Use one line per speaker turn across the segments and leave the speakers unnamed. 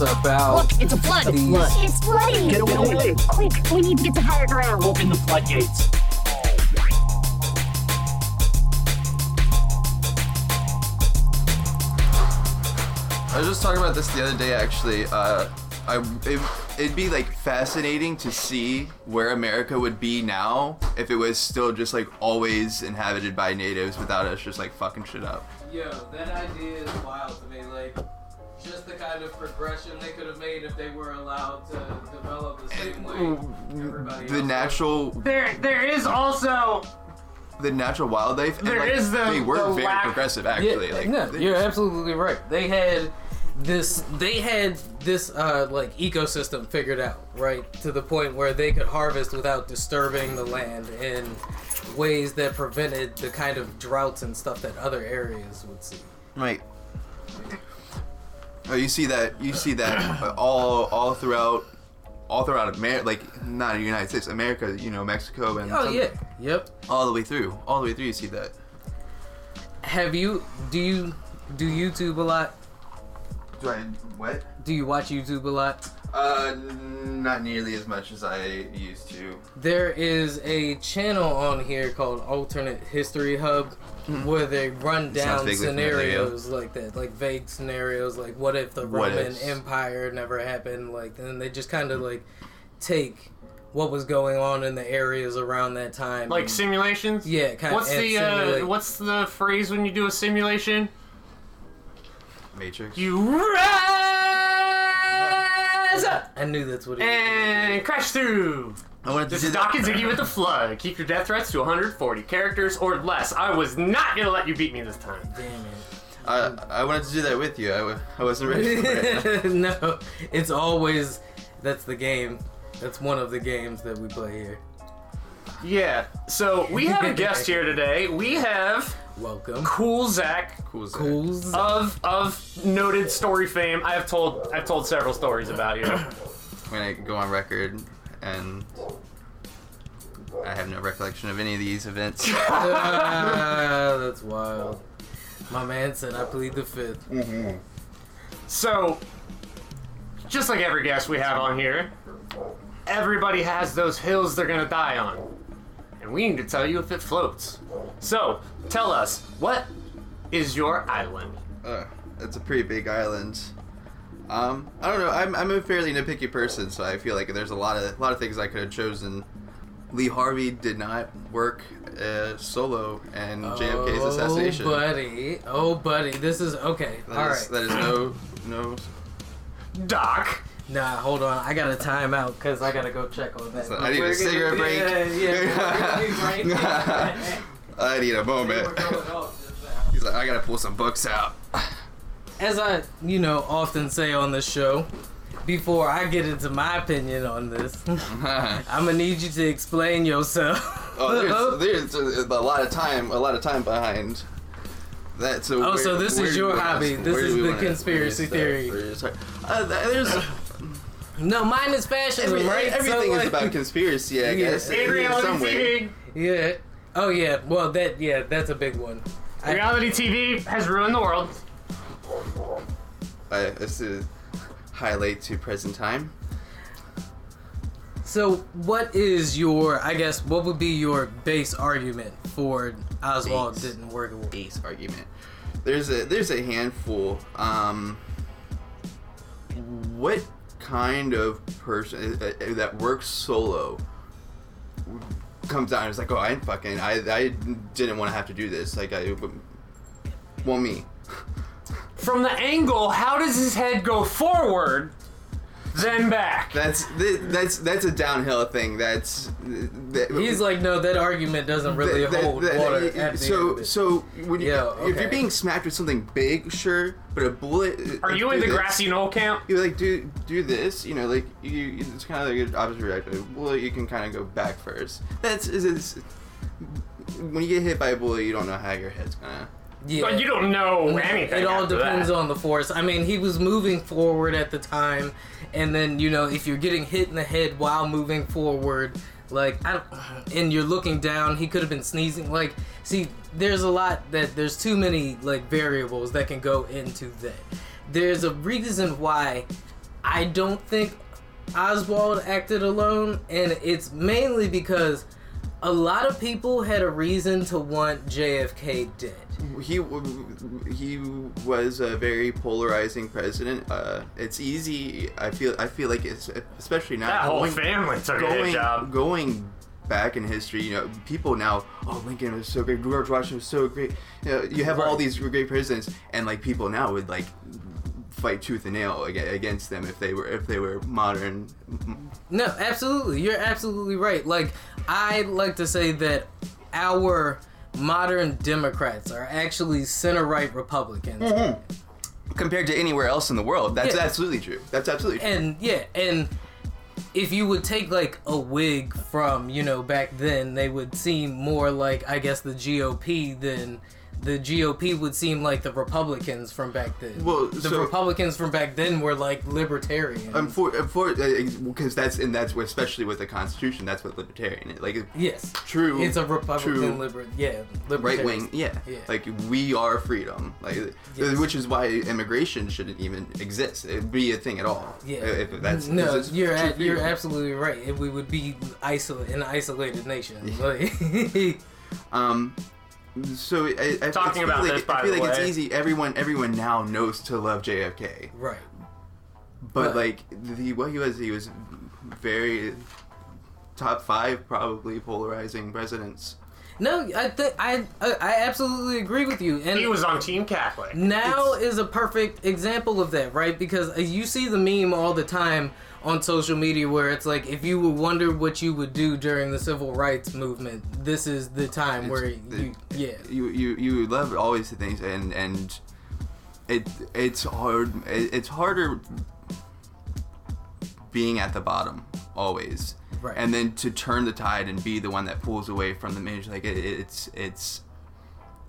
about
Look, it's a flood.
these
It's flooding.
Get away.
Quick, we need to get to higher ground.
Open the floodgates.
I was just talking about this the other day, actually. Uh, I it, it'd be like fascinating to see where America would be now if it was still just like always inhabited by natives without us just like fucking shit up.
Yo, that idea is wild to me. Like, just the kind of progression they could have made if they were allowed to develop the same way everybody
The
else.
natural,
There, there is also
the natural wildlife. and,
There
like,
is the-
they were
the
very
lack-
progressive,
Yeah,
actually. like,
no,
they-
you're absolutely right. They had this they had this uh like ecosystem figured out, right? To the point where they could harvest without disturbing the land in ways that prevented the kind of droughts and stuff that other areas would see.
Right. Oh, you see that you see that uh, all all throughout all throughout America, like not the United States, America, you know, Mexico and
Oh
some-
yeah. Yep.
all the way through, all the way through. You see that.
Have you do you do YouTube a lot?
Do I what?
Do you watch YouTube a lot?
Uh, n- not nearly as much as I used to.
There is a channel on here called Alternate History Hub where they run down
Hmm. vaguely familiar.
scenarios like that, like vague scenarios, like what if the
What
Roman
ifs. Hmm.
Empire never happened, like, and they just kind of like take what was going on in the areas around that time.
like
and-
simulations.
yeah, kind
What's
of
the uh, what's the phrase when you do a simulation?
Matrix.
You rise up
I knew that's what it
Eh. and crash through.
I wanted to
This
do
is
that.
Doc and Ziggy with the flood. Keep your death threats to 140 characters or less. I was not gonna let you beat me this time.
Damn it.
I, I wanted to do that with you. I, w- I wasn't ready. For it.
no, it's always that's the game. That's one of the games that we play here.
Yeah. So we have a guest here today. We have
Welcome.
Cool Zach
cool. Zach.
Ghouls.
of of noted story fame. I've told I've told several stories about you.
I'm gonna go on record, and I have no recollection of any of these events.
Ah, that's wild. My man said I plead the fifth.
Mm,
So, just like every guest we have on here, everybody has those hills they're gonna die on, and we need to tell you if it floats. So, tell us what is your island?
Uh, that's a pretty big island. Um, I don't know. I'm, I'm a fairly nitpicky person, so I feel like there's a lot of a lot of things I could have chosen. Lee Harvey did not work uh, solo, and JFK's assassination.
Oh, buddy. Oh, buddy. This is okay.
That
All
is-
right.
that is no no.
Doc.
Nah, hold on. I got a timeout because I gotta go check on that.
I need a cigarette break.
yeah, yeah.
I need a
They were
moment.
going off just now.
He's like, I gotta pull some books out.
As I, you know, often say on this show, before I get into my opinion on this, I'm gonna need you to explain yourself. Uh-huh.
Oh, there's, there's a lot of time, a lot of time behind. That so.
Oh, so this is
do
your
we wanna-
hobby. This
where
is
do we
the
wanna- where
conspiracy
is that-
theory.
where is that- Uh, th- there's
no, mine is fascism,
every-
right? So,
everything is
like-
about conspiracy, I
Yeah.
guess. in- in
Reality
some way.
TV.
Yeah. Oh yeah. Well, that yeah, that's a big one. I-
Reality TV has ruined the world.
I, Uh, this is highlight to present time.
So, what is your? I guess what would be your base argument for Oswald
Base.
didn't work? at work?
Ace argument. There's a there's a handful. Um, what kind of person uh, uh, that works solo comes out and is like, oh, I fucking I, I didn't want to have to do this. Like I, well, me.
From the angle, how does his head go forward, then back?
That's thi- that's that's a downhill thing. That's that,
He's like, no, that argument doesn't really
that- that-
hold
that-
water.
that-
at the end
so
of it.
so when you,
Yeah,
if
okay.
you're being smacked with something big, sure, but a bullet. uh,
Are you in the grassy knoll camp?
you like do do this, you know, like you, you- it's kind of like an opposite reaction. Well, you can kind of go back first. That's is is when you get hit by a bullet, you don't know how your head's gonna.
yeah.
But you don't know anything.
It all
after
depends
that.
on the force. I mean, he was moving forward at the time, and then you know, if you're getting hit in the head while moving forward, like I don't, and you're looking down, he could have been sneezing. Like, see, there's a lot that there's too many like variables that can go into that. There's a reason why I don't think Oswald acted alone, and it's mainly because a lot of people had a reason to want JFK dead.
he he was a very polarizing president. Uh, it's easy. I feel I feel like it's especially now.
That whole
going-
family took a hit
going
job.
going back in history, you know, people now, oh, Lincoln was so great, George Washington was so great. You, know, you have all
Right.
these great presidents, and like people now would like fight tooth and nail aga- against them if they were if they were modern.
No, absolutely. You're absolutely right. Like, I like to say that our modern Democrats are actually center right Republicans.
Compared to anywhere else in the world, that's
Yeah.
absolutely true. That's absolutely true.
and yeah, and if you would take like a wig from you know back then, they would seem more like I guess the GOP than the GOP would seem like the Republicans from back then.
Well,
the
so-
Republicans from back then were like libertarian.
Unfortunately, uh, because that's and that's what- especially with the Constitution. That's what libertarian is. like
yes,
true.
It's a Republican
true
liberal, yeah,
right
libertarian.
wing. Yeah.
Yeah.
like we are freedom. Like,
Yes.
which is why immigration shouldn't even exist. It'd be a thing at all.
Yeah.
if that's
no,
it's
you're
true
at, you're
freedom.
absolutely right. If we would be isolate an isolated nation. Like-
Um, so I, I,
Talking
I feel
about
like,
this,
I
by
feel
the
like
way.
it's easy. Everyone, everyone now knows to love JFK,
right.
but
Right.
like the what he was, he was very top five probably polarizing presidents.
No, I think I I I absolutely agree with you. And
He was on Team Catholic.
now is a perfect example of that, right? Because uh, you see the meme all the time on social media where it's like, if you would wonder what you would do during the civil rights movement, this is the time where
It's-
you,
it-
yeah,
you you you love always the things and and it it's hard it, it's harder being at the bottom always
Right.
and then to turn the tide and be the one that pulls away from the major like it, it's it's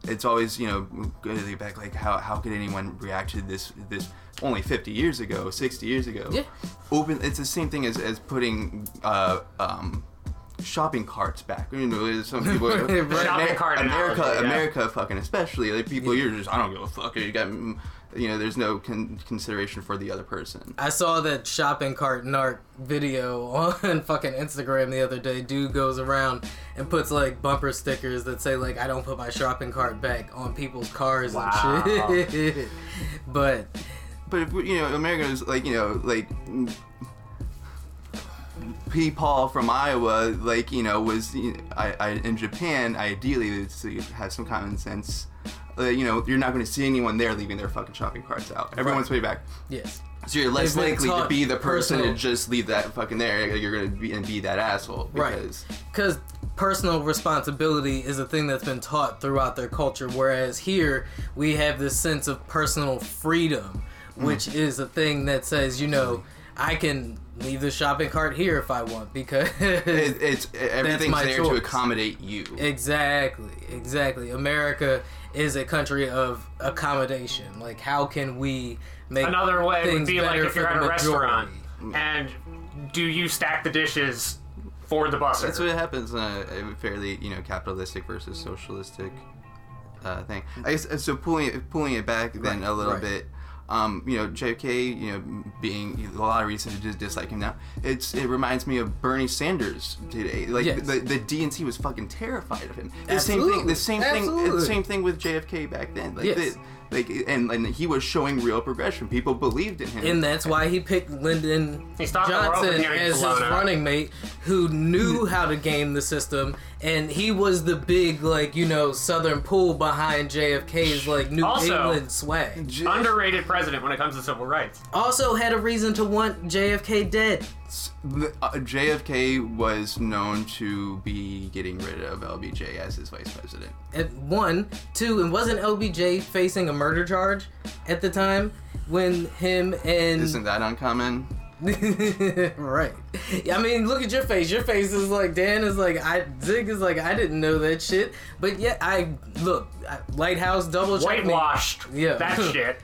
it's always you know going back like how, how could anyone react to this this only 50 years ago 60 years ago
Yeah.
open it's the same thing as, as putting uh, um, shopping carts back you know there's some people
Shopping
Amer-
cart
America
analogy, yeah.
America fucking especially like people you're just I don't give a fuck you got mm, you know there's no con- consideration for the other person
I saw that shopping cart narc video on fucking Instagram the other day. Dude goes around and puts like bumper stickers that say like I don't put my shopping cart back on people's cars
Wow.
and shit. but
but if, we- you know America is like you know like mm, P. Paul from Iowa, like you know, was you know, I, I in Japan. Ideally, it's- you have some common sense. Uh, you know, you're not going to see anyone there leaving their fucking shopping carts out. Everyone's way back.
yes.
So you're less
They've been
likely to
taught
be the person
personal-
to just leave that fucking there. You're gonna be and be that asshole.
Right.
Because
because personal responsibility is a thing that's been taught throughout their culture whereas here we have this sense of personal freedom which is a thing that says you know i can leave the shopping cart here if i want because
it, it's everything's
my
there to
choice.
accommodate you.
exactly exactly america is a country of accommodation like how can we make
Another way would
things
be like
better
if
for
you're at
the
a restaurant
majority?
and do you stack the dishes for the busser?
That's what happens in a, a fairly, you know, capitalistic versus socialistic uh, thing. I guess uh, so. Pulling it, pulling it back then a little
right.
bit. Um, you know, JFK. You know, being a lot of reasons to dis- dislike him now. It's it reminds me of Bernie Sanders today. Like
Yes.
the, the DNC was fucking terrified of him. The same thing.
Absolutely.
The same thing.
Absolutely.
The same thing with JFK back then. Like,
Yes.
the- like, and and he was showing real progression. People believed in him.
and that's why he picked Lyndon
He stopped the world from
Johnson
getting
as his
blown up.
running mate, who knew how to game the system, and he was the big like you know Southern pull behind JFK's like New
Also-
England swag.
J-
Underrated president when it comes to civil rights.
Also had a reason to want JFK dead.
The- uh, JFK was known to be getting rid of LBJ as his vice president.
At one, two, and wasn't LBJ facing a murder charge at the time when him and
Isn't that uncommon?
right. I mean, look at your face. Your face is like Dan is like I Zig is like I didn't know that shit. But yeah, I look I, Lighthouse double check me.
Whitewashed.
Yeah.
That shit.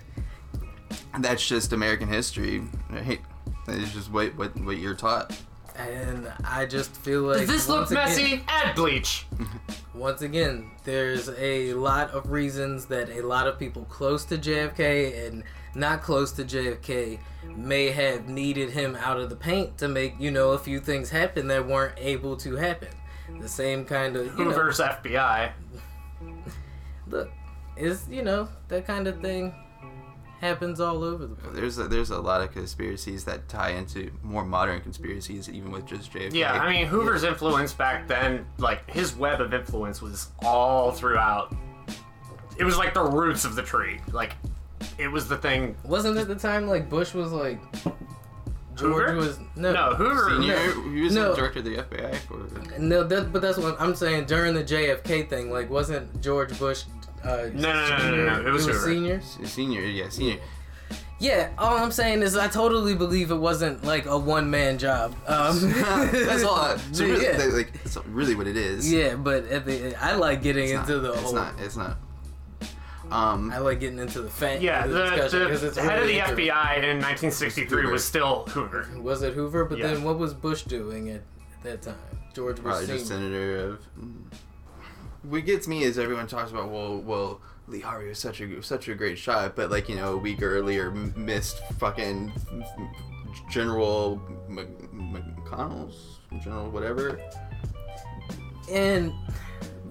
That's just American history. Right? It's just what, what what you're taught.
and I just feel like
Does this
once
look
again-
messy? Add bleach.
once again, there's a lot of reasons that a lot of people close to JFK and not close to JFK may have needed him out of the paint to make, you know, a few things happen that weren't able to happen. The same kind of, you know,
Hoover's FBI.
look, it's, you know, that kind of thing happens all over the place.
There's a, there's a lot of conspiracies that tie into more modern conspiracies, even with just JFK.
Yeah, I mean Hoover's influence back then, like his web of influence was all throughout. It was like the roots of the tree. Like it was the thing.
Wasn't it the time like Bush was like George
Hoover?
was
No, Hoover.
Senior, he was
No.
the director of the FBI for.
No, that, but that's what I'm saying. During the JFK thing, like, wasn't George Bush? Uh,
No, no, no, no, no, no, it was Hoover.
senior.
Senior, yeah, senior.
Yeah, all I'm saying is I totally believe it wasn't like a one man job. Um,
that's all. I- So really,
yeah.
that, like, that's really what it is.
yeah, but at the, I like getting
it's
into
not,
the
it's
whole.
not. It's not. Um,
I like getting into the fact.
Yeah,
of
the,
the, discussion 'cause
the,
it's
head of
really
the
inter-
FBI in 1963 was still Hoover.
Was it Hoover? But
Yeah.
then what was Bush doing at, at that time? George Bush
probably
Senior.
just senator of. mm. What gets me is everyone talks about well, well, Lee Harvey was such a such a great shot, but like you know, a week earlier m- missed fucking General Mc, McConnell's General whatever,
and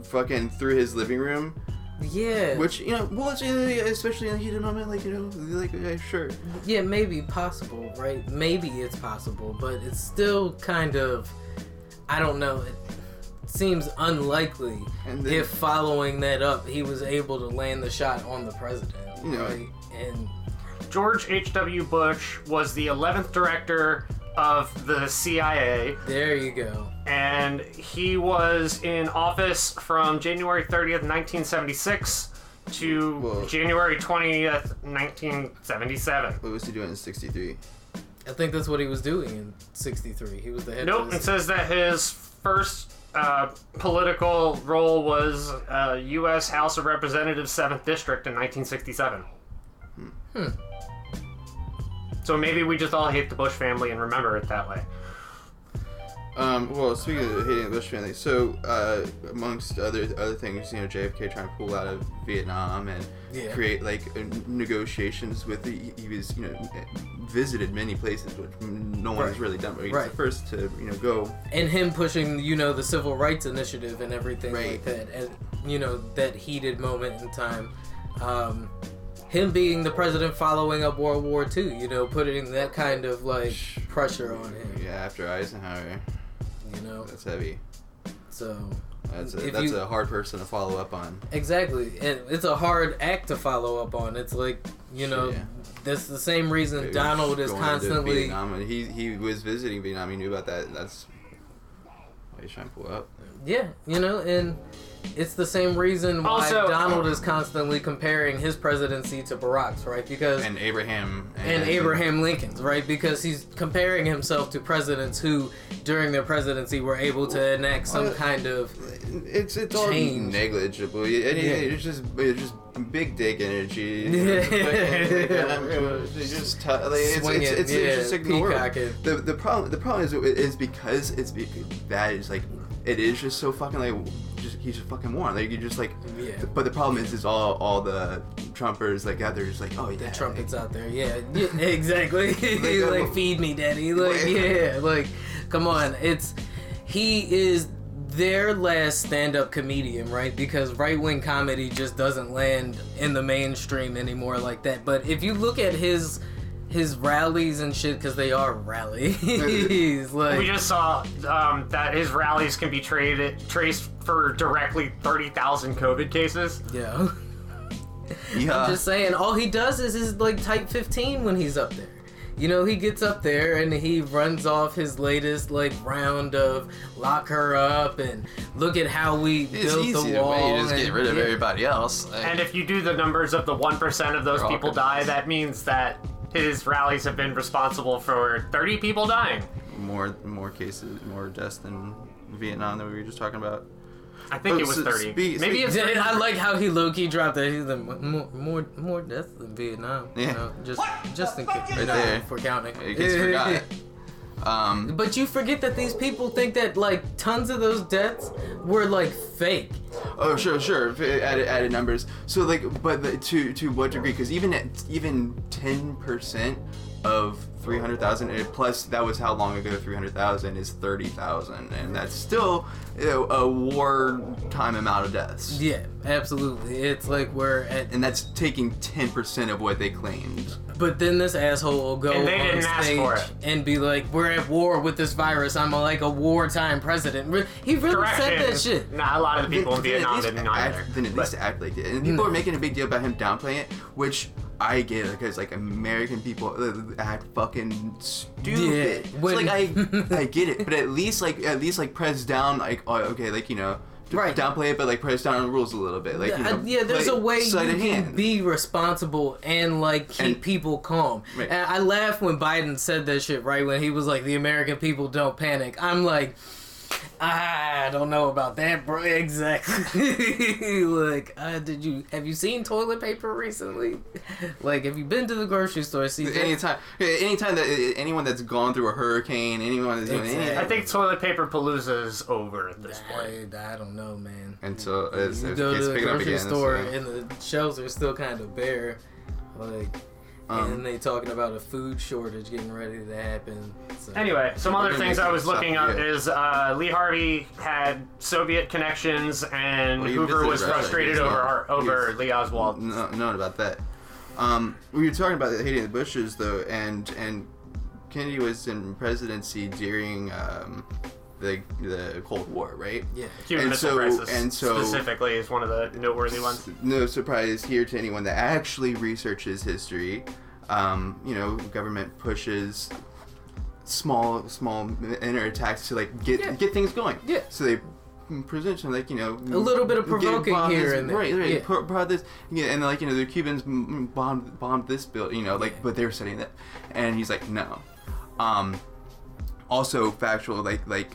fucking through his living room,
yeah,
which you know, well, it's, uh, especially in the heat of the moment, like you know, like yeah, sure,
yeah, maybe possible, right? Maybe it's possible, but it's still kind of, I don't know. It seems unlikely
And then-
if following that up, he was able to land the shot on the president,
You know,
right? And
George H.W. Bush was the 11th director of the CIA,
there you go.
and he was in office from January 30th, 1976 to
Whoa.
January 20th, 1977.
what was he doing in '63?
I think that's what he was doing in '63. He was the head.
Nope, it
of the-
says that his first uh, political role was uh, U.S. House of Representatives, 7th District in 1967. So maybe we just all hate the Bush family and remember it that way.
Um, well, speaking of hating the Bush family, so uh, amongst other other things, you know, JFK trying to pull out of Vietnam and
Yeah.
create like uh, negotiations with the, he was you know eh, visited many places which no one has
Right.
really done, but he was
Right.
the first to you know go
and him pushing, you know, the civil rights initiative and everything like
Right.
that, and you know that heated moment in time. Um, him being the president following up World War II, you know, putting that kind of like pressure on him,
yeah after Eisenhower.
you know.
That's heavy.
So
That's a,
If
that's
you-
a hard person to follow up on.
Exactly, and it's a hard act to follow up on. It's like you know,
Yeah.
that's the same reason
He
Donald
was
is
going to
constantly.
Vietnam, and he he was visiting Vietnam. He knew about that. That's why he's trying to pull out.
Yeah, you know, and it's the same reason why
Also-
Donald is constantly comparing his presidency to Barack's, right? Because and,
And Abraham
Abraham Lincoln's, right? Because he's comparing himself to presidents who, during their presidency, were able to enact some
Well,
kind of
It's it's all
Change.
negligible. It- it-
Yeah.
It's just it's just big dick energy. They oh, just t- like, it's,
Swing
it's,
it,
it's,
yeah,
it's just ignored.
peacock it.
The the problem the problem is is because it's be- that is like it is just so fucking like just he's just fucking warm. Like you just like
Yeah.
But the problem is is all all the Trumpers like out there just like oh yeah
the trumpets out there. Yeah, yeah exactly. He's
um,
like, feed me, daddy. Like,
Wait.
yeah, like, come on. It's he is their last stand-up comedian, right? Because right-wing comedy just doesn't land in the mainstream anymore like that. But if you look at his his rallies and shit, because they are rallies, like
We just saw um, that his rallies can be traded, traced for directly 30,000 COVID cases.
yeah.
yeah.
Just saying, all he does is his like type 15 when he's up there. You know, he gets up there and he runs off his latest like round of lock her up and look at how we
it's
built
easy
the
to
wall.
way you just
and-
get rid of
yeah.
everybody else. Like,
And if you do the numbers of the 1% of those
They're all
people
good
die,
ones.
that means that his rallies have been responsible for 30 people dying.
more more cases more deaths than Vietnam that we were just talking about.
I think
Oh,
it was
so
30.
speak-
Maybe
speak-
it's
Yeah,
30.
and I like how he low key dropped that. He's like, more, more, more deaths than Vietnam. You
Yeah.
know, just, just in case,
Right there.
for counting.
It gets forgot. Um,
But you forget that these people think that like tons of those deaths were like fake.
Oh, sure, sure. F- Added, added numbers. So like, but the, to to what degree? Because even at even ten percent of three hundred thousand, eh, plus that was how long ago three hundred thousand is thirty thousand, and that's still you know, a war time amount of deaths.
Yeah, absolutely. It's like we're at.
And that's taking ten percent of what they claimed.
But then this asshole will go
And they
on
didn't ask
stage
for it.
and be like, "We're at war with this virus. I'm a, like a wartime president." Re- He really said that shit.
Nah, a lot of the people in
Then- then at
Vietnam
least
didn't know
act-
either.
Then at
But-
least act like it. And people are making a big deal about him downplaying it, which I get because like American people uh, act fucking stupid.
Yeah,
So,
when-
like I I get it, but at least like at least like press down like oh, okay like you know. d-
Right.
Downplay it, but like press down on the rules a little bit. Like you know,
Uh, yeah, there's
play
a way you
sleight
can
of hand.
be responsible and like keep
And-
people calm.
Right.
And I laugh when Biden said that shit. Right when he was like, "The American people don't panic." I'm like, "Ah, I don't know about that, bro. Exactly. like, uh, did you have you seen toilet paper recently? like, have you been to the grocery store? See,
anytime, anytime that uh, anyone that's gone through a hurricane, anyone that's doing
Exactly.
anything,
I think toilet paper palooza is over at this point.
I, I don't know, man.
until uh, it's,
You
it's,
go to
it's uh,
the
picking up
grocery
again.
store
so-
and the shelves are still kind of bare, like,
Um,
and they talking about a food shortage getting ready to happen. So.
Anyway, some
We're
other
gonna
things
make
I
it
was
up,
looking up
yeah.
is uh, Lee Harvey had Soviet connections, and
Well, you
Hoover
visited
was
Russia.
frustrated
He's
over
not-
our, over
he's-
Lee Oswald.
no, known about that. Um, we were talking about the hating the Bushes though, and and Kennedy was in presidency during um, the the Cold War, right?
Yeah.
Cuban
And
Missile
so-
Crisis
and so-
specifically is one of the noteworthy ones.
No surprise here to anyone that actually researches history. Um, you know, government pushes small small inner attacks to like get
Yeah.
get things going.
Yeah.
So they present some like you know a
little bit of provoking here and there.
Right, right.
Yeah.
pro- pro- this, yeah, and like you know the Cubans m- bombed bombed this building. You know, like but they were studying that, and he's like no. Um, also factual like like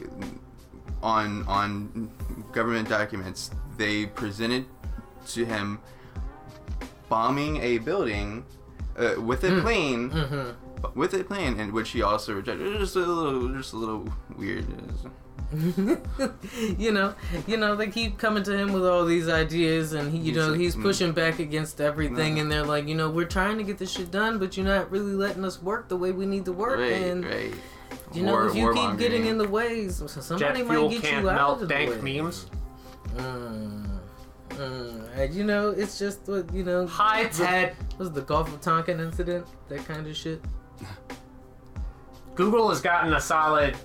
on on government documents they presented to him bombing a building uh, with
Mm.
a plane
Mm-hmm.
with a plane and which he also rejected It was just a little just a little weird It was-
you know, you know, they keep coming to him with all these ideas, and he, you
He's
know,
like,
he's
mm.
pushing back against everything,
Nah.
and they're like, you know, we're trying to get this shit done, but you're not really letting us work the way we need to work,
right
and
right
you know, if you keep getting in the ways,
Jet
somebody might
fuel
get
can't
you out of
melt
the
dank
way.
memes.
Mm, mm, and, you know, it's just what you know.
Hi Ted.
was the Gulf of Tonkin incident, that kind of shit.
Google has gotten a solid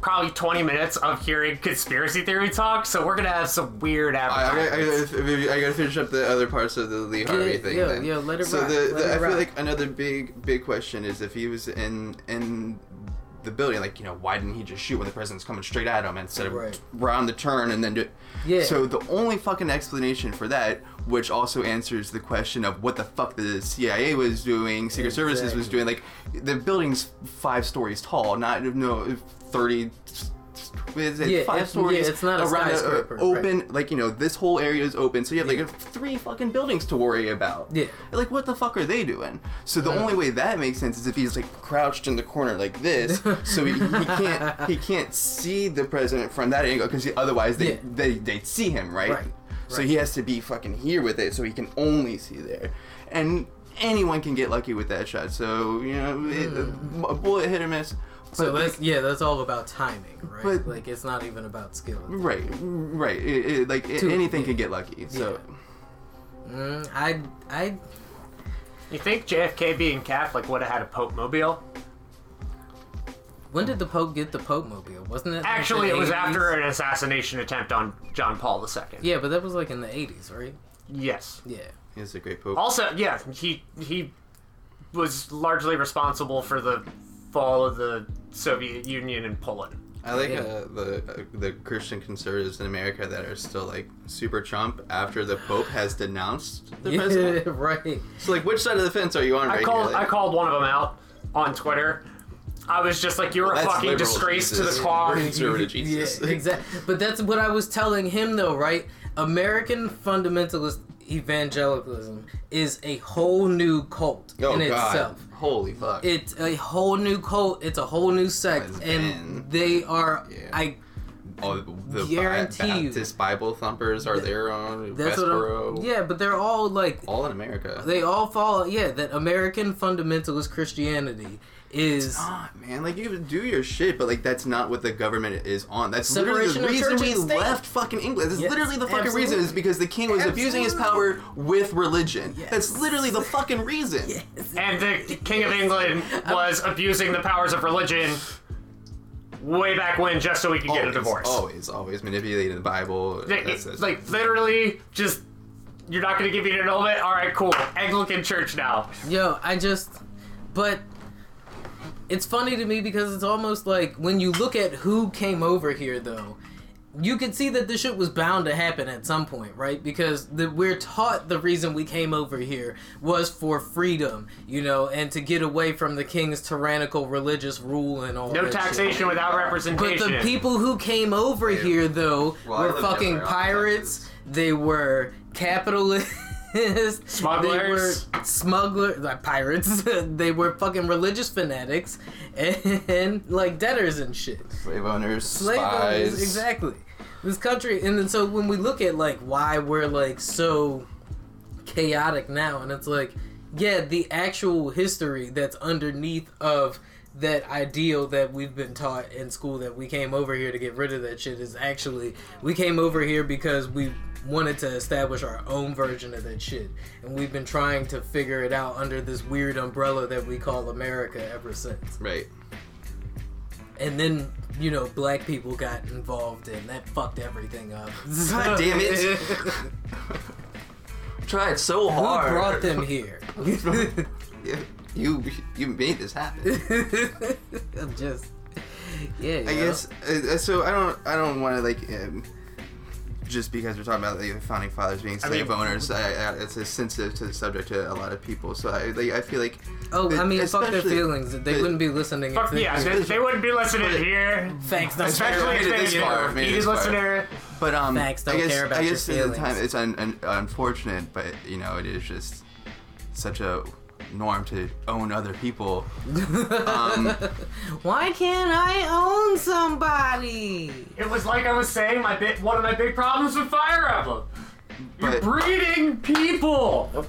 probably 20 minutes of hearing conspiracy theory talk, so we're gonna have some weird
I, I, gotta- I,
advertisements.
gotta- I gotta finish up the other parts of the Lee Harvey
Yeah,
thing.
yeah,
then.
yeah, let it
So
rock,
the,
let
the-
it
I
rock.
feel like another big big question is if he was in in the building, like you know, why didn't he just shoot when the president's coming straight at him instead of
Right.
round the turn and then do?
Yeah.
So the only fucking explanation for that, which also answers the question of what the fuck the CIA was doing, Secret Services was
Exactly.
doing, like the building's five stories tall, not no thirty. Is it
Yeah,
five
it's-
stories
yeah, it's not a
around a-
skyscraper, right.
open open- like you know this whole area is open so you have like three fucking buildings to worry about
Yeah. Uh.
like what the fuck are they doing so the only way that makes sense is if he's like crouched in the corner like this so he, he can't he can't see the president from that angle because otherwise they,
Yeah.
they they'd see him right,
Right,
so he has to be fucking here with it so he can only see there and anyone can get lucky with that shot so you know it, a bullet hit or miss
Hmm. So
but,
that's yeah, that's all about timing, right?
But-
like it's not even about skill.
right right it, it- like it-
Two,
anything
yeah.
can get lucky so
Mm, I I
you think JFK being Catholic would have had a Pope mobile?
when did the Pope get the Pope mobile? Wasn't it like,
Actually,
the
it was
80s?
after an assassination attempt on John Paul II.
Yeah, but that was like in the eighties, right?
Yes.
Yeah.
it's a great pope
Also, yeah, he he was largely responsible for the fall of the Soviet Union in Poland.
I like
Yeah.
uh, the uh, the Christian conservatives in America that are still like super Trump after the Pope has denounced the
Yeah,
president.
right.
So like, which side of the fence are you on
I
right
called
here? Like,
I called one of them out on Twitter. I was just like, "You're a
that's
fucking
liberal
disgrace to
Jesus.
the cause."
We're conservative Jesus.
Yeah, exactly. But that's what I was telling him, though, right? American fundamentalist evangelicalism is a whole new cult
Oh,
in
God.
itself.
Holy fuck.
It's a whole new cult. It's a whole new sect,
It's
and
been-
they are.
Yeah.
I
Oh, the
guarantee
Ba-
you-
Baptist Bible thumpers are their own.
that's
Westboro.
what I'm. Yeah, but they're all like
All in America.
they all follow. Yeah, that American fundamentalist Christianity is.
not, man. Like you can do your shit, but like that's not what the government is on. That's
Separation of
literally the reason
church
we
and state.
left fucking England. That's
Yes,
literally the fucking reason
absolutely.
is because the king was abusing his power with religion. That's literally the fucking reason.
And the King of England was abusing the powers of religion way back when just so he could get a
Always, Oh,
divorce.
always, always manipulating the Bible.
They-
That's it.
like literally just you're not gonna give me an annulment? Alright, cool. Anglican church now.
Yo, I just, but it's funny to me because it's almost like when you look at who came over here, though, you could see that this shit was bound to happen at some point, right? Because the, we're taught the reason we came over here was for freedom, you know, and to get away from the king's tyrannical religious rule and all.
No
that shit.
taxation without
But
representation.
the people who came over here, though,
Well, I
were
lived
fucking
everywhere.
pirates. They were capitalists.
Smugglers.
They were smugglers. Like, pirates. they were fucking religious fanatics and, like debtors and shit.
slave owners,
Slave owners,
spies.
Exactly. This country. And then so when we look at like why we're like so chaotic now, and it's like, yeah, the actual history that's underneath of that ideal that we've been taught in school that we came over here to get rid of that shit is actually we came over here because we wanted to establish our own version of that shit and we've been trying to figure it out under this weird umbrella that we call America ever since
Right.
and then you know black people got involved and that fucked everything up
God damn it. Tried so
who
hard.
brought them here
You you made this happen.
i'm just yeah
I guess uh, so. I don't. I don't want to like. Um, just because we're talking about the founding fathers being slave
mean-
owners, I, I, it's a sensitive to the subject to a lot of people. So I, like, I feel like.
oh i mean fuck their
especially-
feelings they
but-
wouldn't be listening
Fuck
if they,
yeah, they, they wouldn't be listening
But-
here.
thanks no
Especially
Made it
if
this
they
far,
were
made it
you
this far.
listener.
But um,
Facts don't
I guess,
care about
I
your
guess at the time
feelings.
it's un, un, unfortunate, but you know it is just such a norm to own other people. Um,
why can't i own somebody
It was like I was saying, my bit one of my big problems with Fire Emblem. You're
But-
breeding people.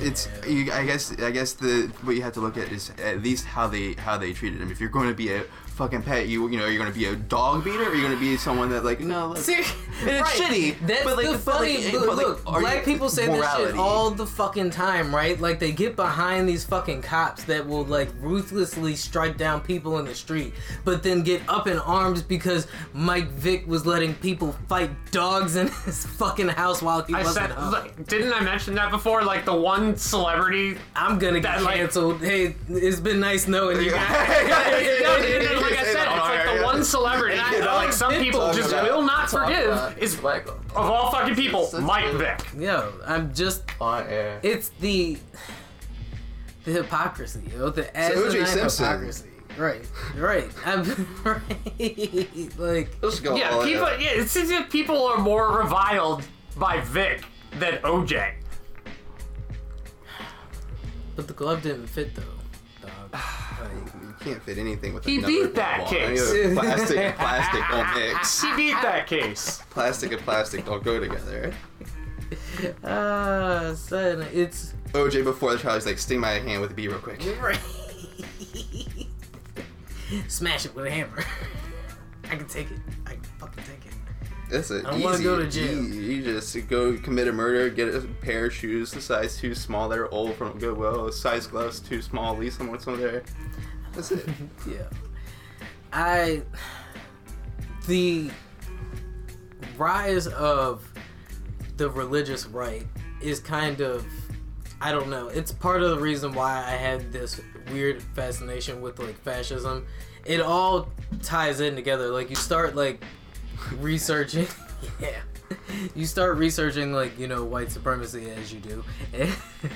it's you, I guess I guess the what you have to look at is at least how they how they treated him. If you're going to be a fucking pet, you you know you're going to be a dog beater, or you're going to be someone that like no. Like,
Ser-
And it's shitty,
That's
but, like,
the
but,
funny.
like,
look,
but, like,
look,
are
black
you-
people say this shit
morality.
all the fucking time, right? Like they get behind these fucking cops that will like ruthlessly strike down people in the street, but then get up in arms because Mike Vick was letting people fight dogs in his fucking house while he
I
wasn't
said,
home.
like, didn't I mention that before? Like the one celebrity.
I'm gonna get
that, like-
canceled. hey, it's been nice knowing you guys.
No, dude, and like I said, it's like the one celebrity
Yeah,
that like some people
Talk
just
about-
will not
talk
forgive
about-
is of
like
all fucking people,
That's
Mike
good.
Vick.
Yo, I'm just
on air.
it's the the hypocrisy, you know, the
O.J.
asinine
Simpson.
hypocrisy. Right, right. I'm right. Like,
Let's go.
Yeah,
all
people.
out.
Yeah, it seems that people are more reviled by Vic than OJ.
but the glove didn't fit though. Dog. Like,
You can't fit anything with
He
another
beat that
ball.
case.
I mean, Plastic and plastic don't mix.
She beat that case.
Plastic and plastic don't go together.
ah, son, it's
OJ before the trial, he's like, sting my hand with a bee real quick.
right. Smash it with a hammer. I can take it. I can fucking take it.
That's it.
I don't wanna go to jail.
You, just go commit a murder, get a pair of shoes the size too small, they're old from Goodwill, size gloves too small, leave someone some there. That's it.
Yeah. I the rise of the religious right is kind of I don't know. It's part of the reason why I had this weird fascination with like fascism. It all ties in together. Like you start like researching yeah. You start researching like, you know, white supremacy as you do.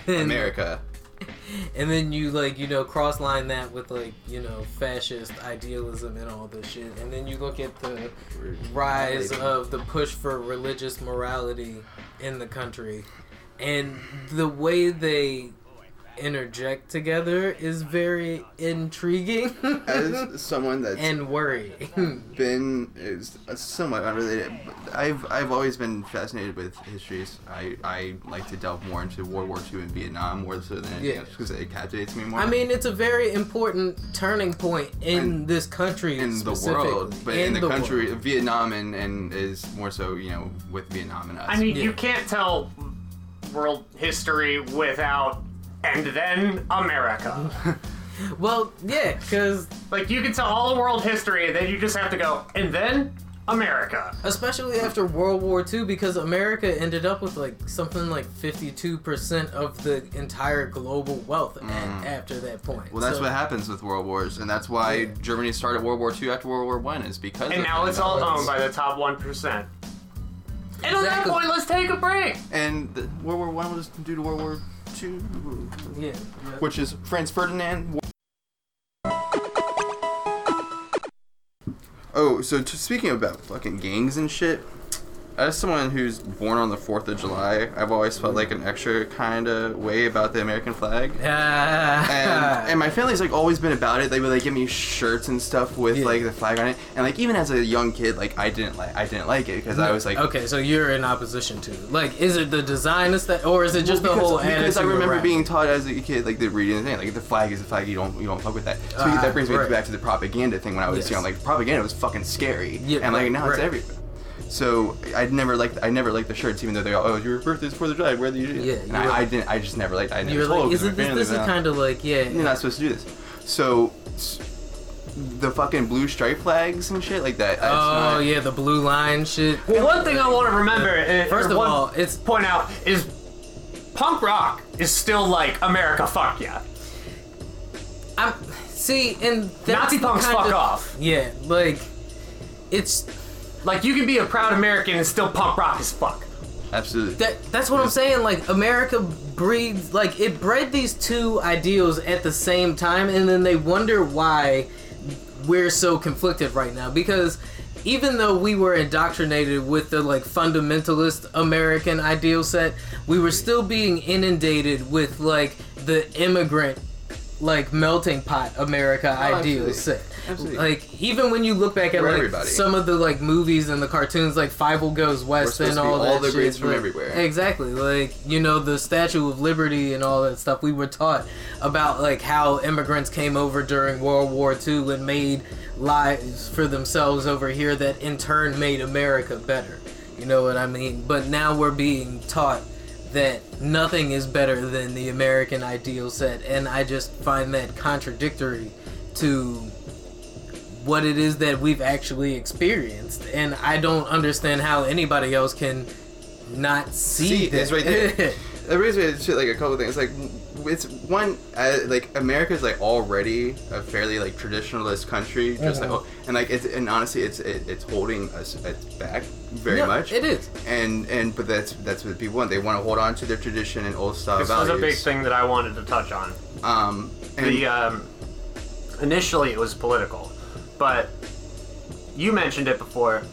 And,
America.
and then you like you know cross line that with like you know fascist idealism and all this shit and then you look at the rise of the push for religious morality in the country and the way they interject together is very intriguing
As someone that's
and worrying.
been is somewhat unrelated. but I've I've always been fascinated with histories. I, I like to delve more into World War II and Vietnam more so than anything
Yeah.
because it captivates me more.
I mean, it's a very important turning point in
In-
this country,
in the
specifically.
world, but in, the, country, Vietnam and, and is more so you know with Vietnam and us.
I mean,
Yeah.
you can't tell world history without and then America.
world. Well, yeah, because
like you can tell all of world history, and then you just have to go and then America.
especially after World War II, because America ended up with like something like fifty-two percent of the entire global wealth a- after that point.
Mm. well, that's
So-
what happens with world wars, and that's why Germany started World War II after World War One is because.
And
of
now
that.
it's all owned by the top one percent. And on that
Exactly.
point, let's take a break.
And the, World War One was due to World War Two,
Yeah.
which is Franz Ferdinand. Oh, so t- speaking about fucking gangs and shit, as someone who's born on the Fourth of July, I've always felt like an extra kind of way about the American flag. and, and my family's like always been about it. They would like give me shirts and stuff with
Yeah.
like the flag on it, and like even as a young kid, like I didn't like I didn't like it because I was like,
okay, so you're in opposition to it. like, is it the design is that, or is it just
Well,
the
because,
whole
because I
attitude
remember
around it?
being taught as a kid like the reading thing like the flag is the flag you don't you don't fuck with that. So
Ah,
that brings me
right.
back to the propaganda thing when I was
Yes.
young. Like propaganda was fucking scary,
Yeah,
and like
right,
now it's
right.
everywhere. So I never liked I never liked the shirts even though they all oh your birthday is Fourth of July where do you
Yeah, you
and I,
were-
I didn't I just never liked I never
You're
told
like, is
because
it
my
this,
family
this is
was out.
kind of like, yeah,
you're not supposed to do this. So s- the fucking blue stripe flags and shit like that. that's
oh
not-
yeah, the blue line shit.
Well, one thing I want to remember, uh,
First
or
of
one-
all, it's
point out is punk rock is still like America, fuck yeah.
I'm see, and that's
Nazi
the
punks,
kind
fuck
of-
off.
Yeah, like it's
Like you can be a proud American and still punk rock as fuck.
absolutely.
that. That's what I'm saying. Like America breeds, like it bred these two ideals at the same time, and then they wonder why we're so conflicted right now because. Even though we were indoctrinated with the like fundamentalist American ideal set, we were still being inundated with like the immigrant like melting pot America ideal
Oh, absolutely.
set.
Absolutely.
Like even when you look back at
For
like
everybody.
some of the like movies and the cartoons, like Five Will Goes West
We're
and
supposed to be
all that
all the
shit,
greats from
like-
everywhere.
Exactly, like you know the Statue of Liberty and all that stuff. We were taught about like how immigrants came over during World War II and made lives for themselves over here that in turn made America better. You know what I mean? But now we're being taught that nothing is better than the American ideal set, and I just find that contradictory to what it is that we've actually experienced and i don't understand how anybody else can not see,
See,
that.
it's right there. That brings me to shit, like a couple things. Like, it's one uh, like America's like already a fairly like traditionalist country, just like
Mm-hmm.
oh, and like it's and honestly, it's it, it's holding us it's back very
No,
much.
it is.
and and but that's that's what people want. They want to hold on to their tradition and old style
This was
values.
a big thing that I wanted to touch on.
Um, and
The um, initially it was political, but you mentioned it before.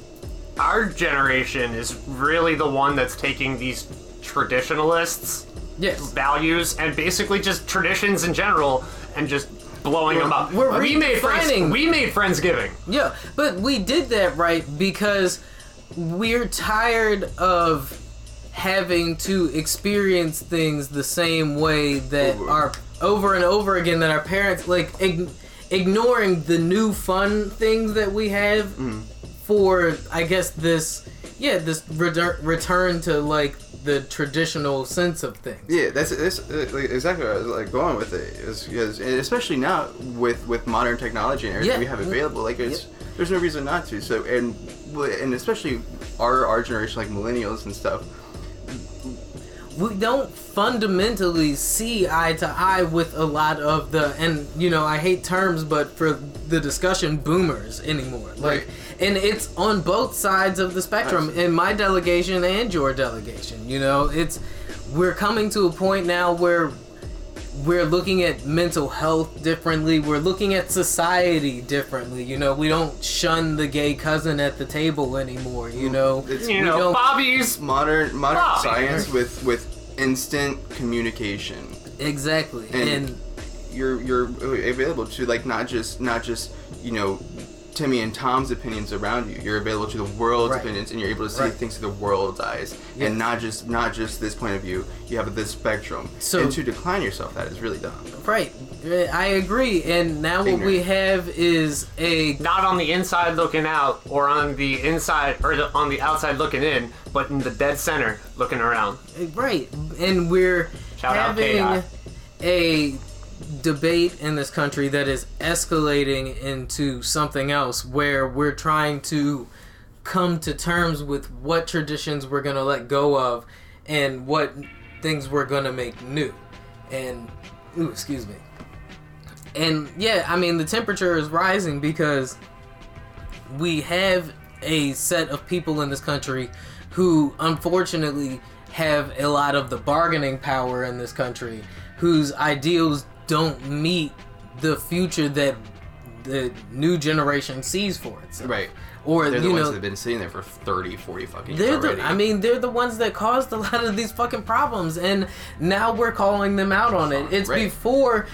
Our generation is really the one that's taking these traditionalists
yes
values and basically just traditions in general and just blowing them up.
We're
we made friends,
redefining-
we made friendsgiving.
yeah but we did that right because we're tired of having to experience things the same way that our over and over again that our parents like ign ignoring the new fun things that we have for I guess this yeah this retur- return to like the traditional sense of things.
Yeah, that's, that's uh, like, exactly where I was like going with it. Is because and especially now with with modern technology and everything
Yeah.
we have available, like it's there's no reason not to. So and and especially our our generation, like millennials and stuff.
We don't fundamentally see eye to eye with a lot of the and you know I hate terms but for the discussion boomers anymore. Like
Right.
and it's on both sides of the spectrum in my delegation and your delegation, you know. It's we're coming to a point now where we're looking at mental health differently. We're looking at society differently. You know, we don't shun the gay cousin at the table anymore. You know,
Mm-hmm. It's
You
We
know,
don't-
Bobby's
modern modern
Wow.
science with with instant communication.
Exactly.
And-
and
you're you're available to like not just not just you know Timmy and Tom's opinions around you. You're available to the world's
Right.
opinions, and you're able to see
Right.
things through the world's eyes,
Yes.
and not just not just this point of view. You have this spectrum,
So-
and to decline yourself, that is really dumb.
Right, Uh, I agree. And now what we
Ignorant.
have is a
Not on the inside looking out, or on the inside, or the, on the outside looking in, but in the dead center looking around.
right, and we're
Shout out
having
KI.
a debate in this country that is escalating into something else, where we're trying to come to terms with what traditions we're gonna let go of, and what things we're gonna make new. And ooh, excuse me. And yeah, I mean the temperature is rising because we have a set of people in this country who unfortunately have a lot of the bargaining power in this country whose ideals don't meet the future that the new generation sees for itself
Right.
or
They're the
you
ones
know
that have been sitting there for 30, 40 fucking years
they're
already.
the, I mean, they're the ones that caused a lot of these fucking problems, and now we're calling them out on it. It's
Right.
before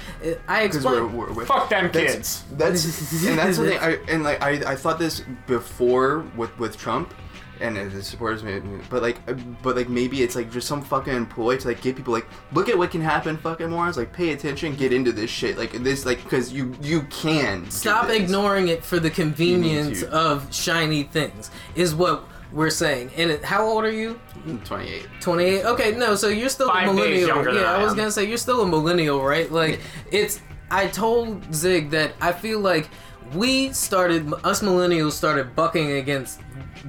I
because
explained.
we're, we're, we're
Fuck them
that's-
kids.
That's and that's something I and like I, I thought this before with with Trump and the supporters may- but like uh, but like maybe it's like just some fucking employee to like get people like look at what can happen fucking morons like pay attention get into this shit like this like because you you can do
Stop
this.
ignoring it for the convenience
to.
of shiny things is what we're saying. And it, how old are you?
28
28. Okay, no, so you're still
Five
a
days
millennial.
younger than
yeah,
I
I was
am.
gonna say you're still a millennial, right? Like it's. I told Zig that I feel like we started us millennials started bucking against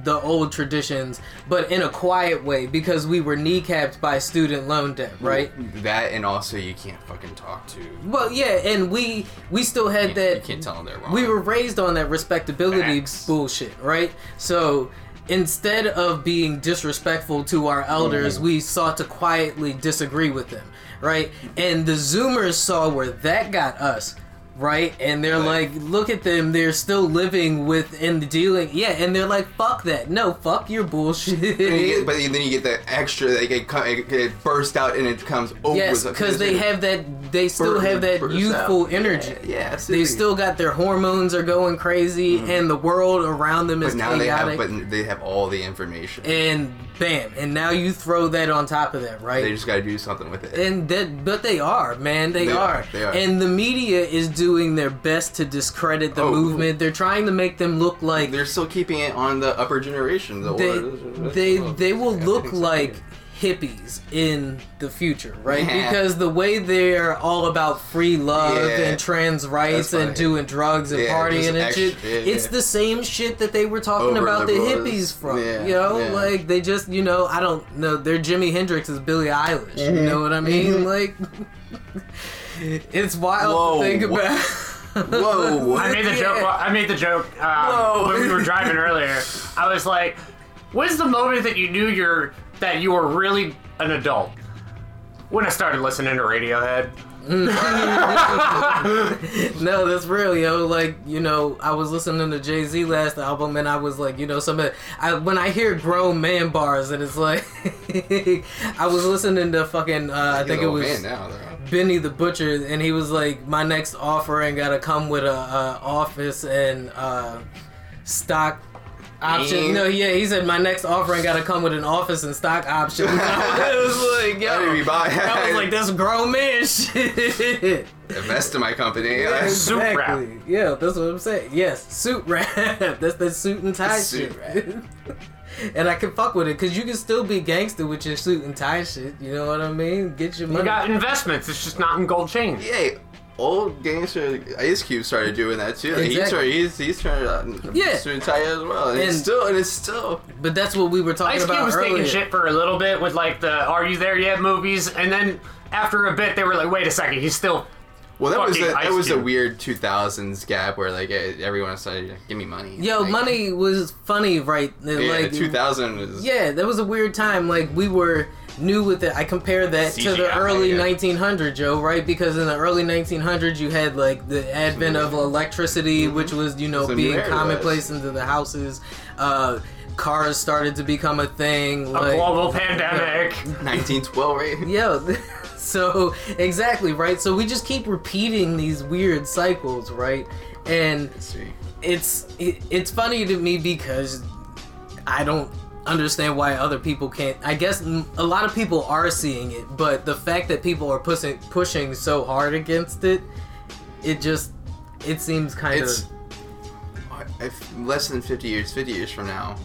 the old traditions, but in a quiet way because we were kneecapped by student loan debt, right?
Mm-hmm.
that and also you can't fucking talk to you
Well, yeah, and we we still had that.
can't tell them they're wrong
we were raised on that respectability
Facts.
bullshit, right? So instead of being disrespectful to our elders,
Mm-hmm.
we sought to quietly disagree with them, right? And the Zoomers saw where that got us. Right, and they're like,
Right.
look at them. They're still living with and dealing. Yeah, and they're like, fuck that. No, fuck your bullshit.
And you get- but then you get that extra like it, co- it, it bursts out and it comes over
Yes, because they have that. They still
Burn-
have that
burst
youthful
out.
energy.
Yeah, yeah,
they
absolutely.
still got their hormones are going crazy, and the world around them is
Mm-hmm. but now they have
chaotic.
but they have all the information
and bam, and now you throw that on top of that, right?
they just got to do something with it
and that, but they are, man, they,
They
are.
are, they are.
And the media is doing their best to discredit the
Oh.
movement. They're trying to make them look like
They're still keeping it on the upper generation. The uh,
they
older,
they they will
Yeah,
look
exactly.
like hippies in the future, right?
Yeah.
Because the way they're all about free love
Yeah.
and trans rights
That's
and
funny.
doing drugs and
Yeah, just
partying and
extra-
shit,
yeah,
it's
yeah.
the same shit that they were talking
Over
about the
liberals.
hippies from.
Yeah,
You know,
yeah.
like they just, you know, I don't know, they're Jimi Hendrix is Billie Eilish.
Mm-hmm.
You know what I mean? Like it's wild
Whoa.
to think about.
Whoa!
I made the
Yeah.
joke. I made the joke um,
Whoa.
when we were driving earlier. I was like, "When's the moment that you knew you're that you were really an adult?" When I started listening to Radiohead.
No, that's real, yo. Like, you know, I was listening to Jay Z last album, and I was like, you know, some of I, when I hear grown man bars, and it's like, I was listening to fucking, uh, I think it was
Oh, now, though.
Benny the Butcher, and he was like, my next offering gotta come with a, uh office and uh, stock. Option.
Mm.
No, yeah, he said my next offering gotta come with an office and stock option. I was like,
I didn't
yo,
even buy.
I was like, that's grown man shit.
invest in my company.
Suit wrap.
Yeah, that's what I'm saying. Yes, suit wrap. that's that suit and tie
Suit
shit. and I can fuck with it because you can still be gangster with your suit and tie shit. You know what I mean? Get your
You
money.
got investments. It's just not in gold chain.
Hey, old gangster Ice Cube started doing that too. Like,
Exactly.
He started, he's he's trying to uh,
Yeah.
suit and tie as well, and, it's
And-
still and it's still.
but that's what we were talking
Ice Cube
about
was
earlier.
taking shit for a little bit with like the "Are You There Yet" movies, and then after a bit, they were like, "Wait a second, he's still."
Well, that was a,
Fucking Ice
that was a
Cube.
weird 2000s gap where like eh, everyone started like, give me money.
Yo,
Like,
money was funny, right?
Yeah,
like
2000 was
Yeah, that was a weird time. Like we were new with it. I compare that to the
CGI,
early
yeah.
1900s, Joe, right? Because in the early 1900s, you had like the advent of electricity, which was you know
Mm-hmm. It's a new
being
era,
commonplace into the houses. Uh, cars started to become a thing.
A
Like
global pandemic.
1912, right?
yo, so exactly right. So we just keep repeating these weird cycles, right? And
see.
it's it, it's funny to me because I don't understand why other people can't. I guess mm, a lot of people are seeing it, but the fact that people are pushing pushing so hard against it, it just it seems kind
It's
of
if less than 50 years, 50 years from now.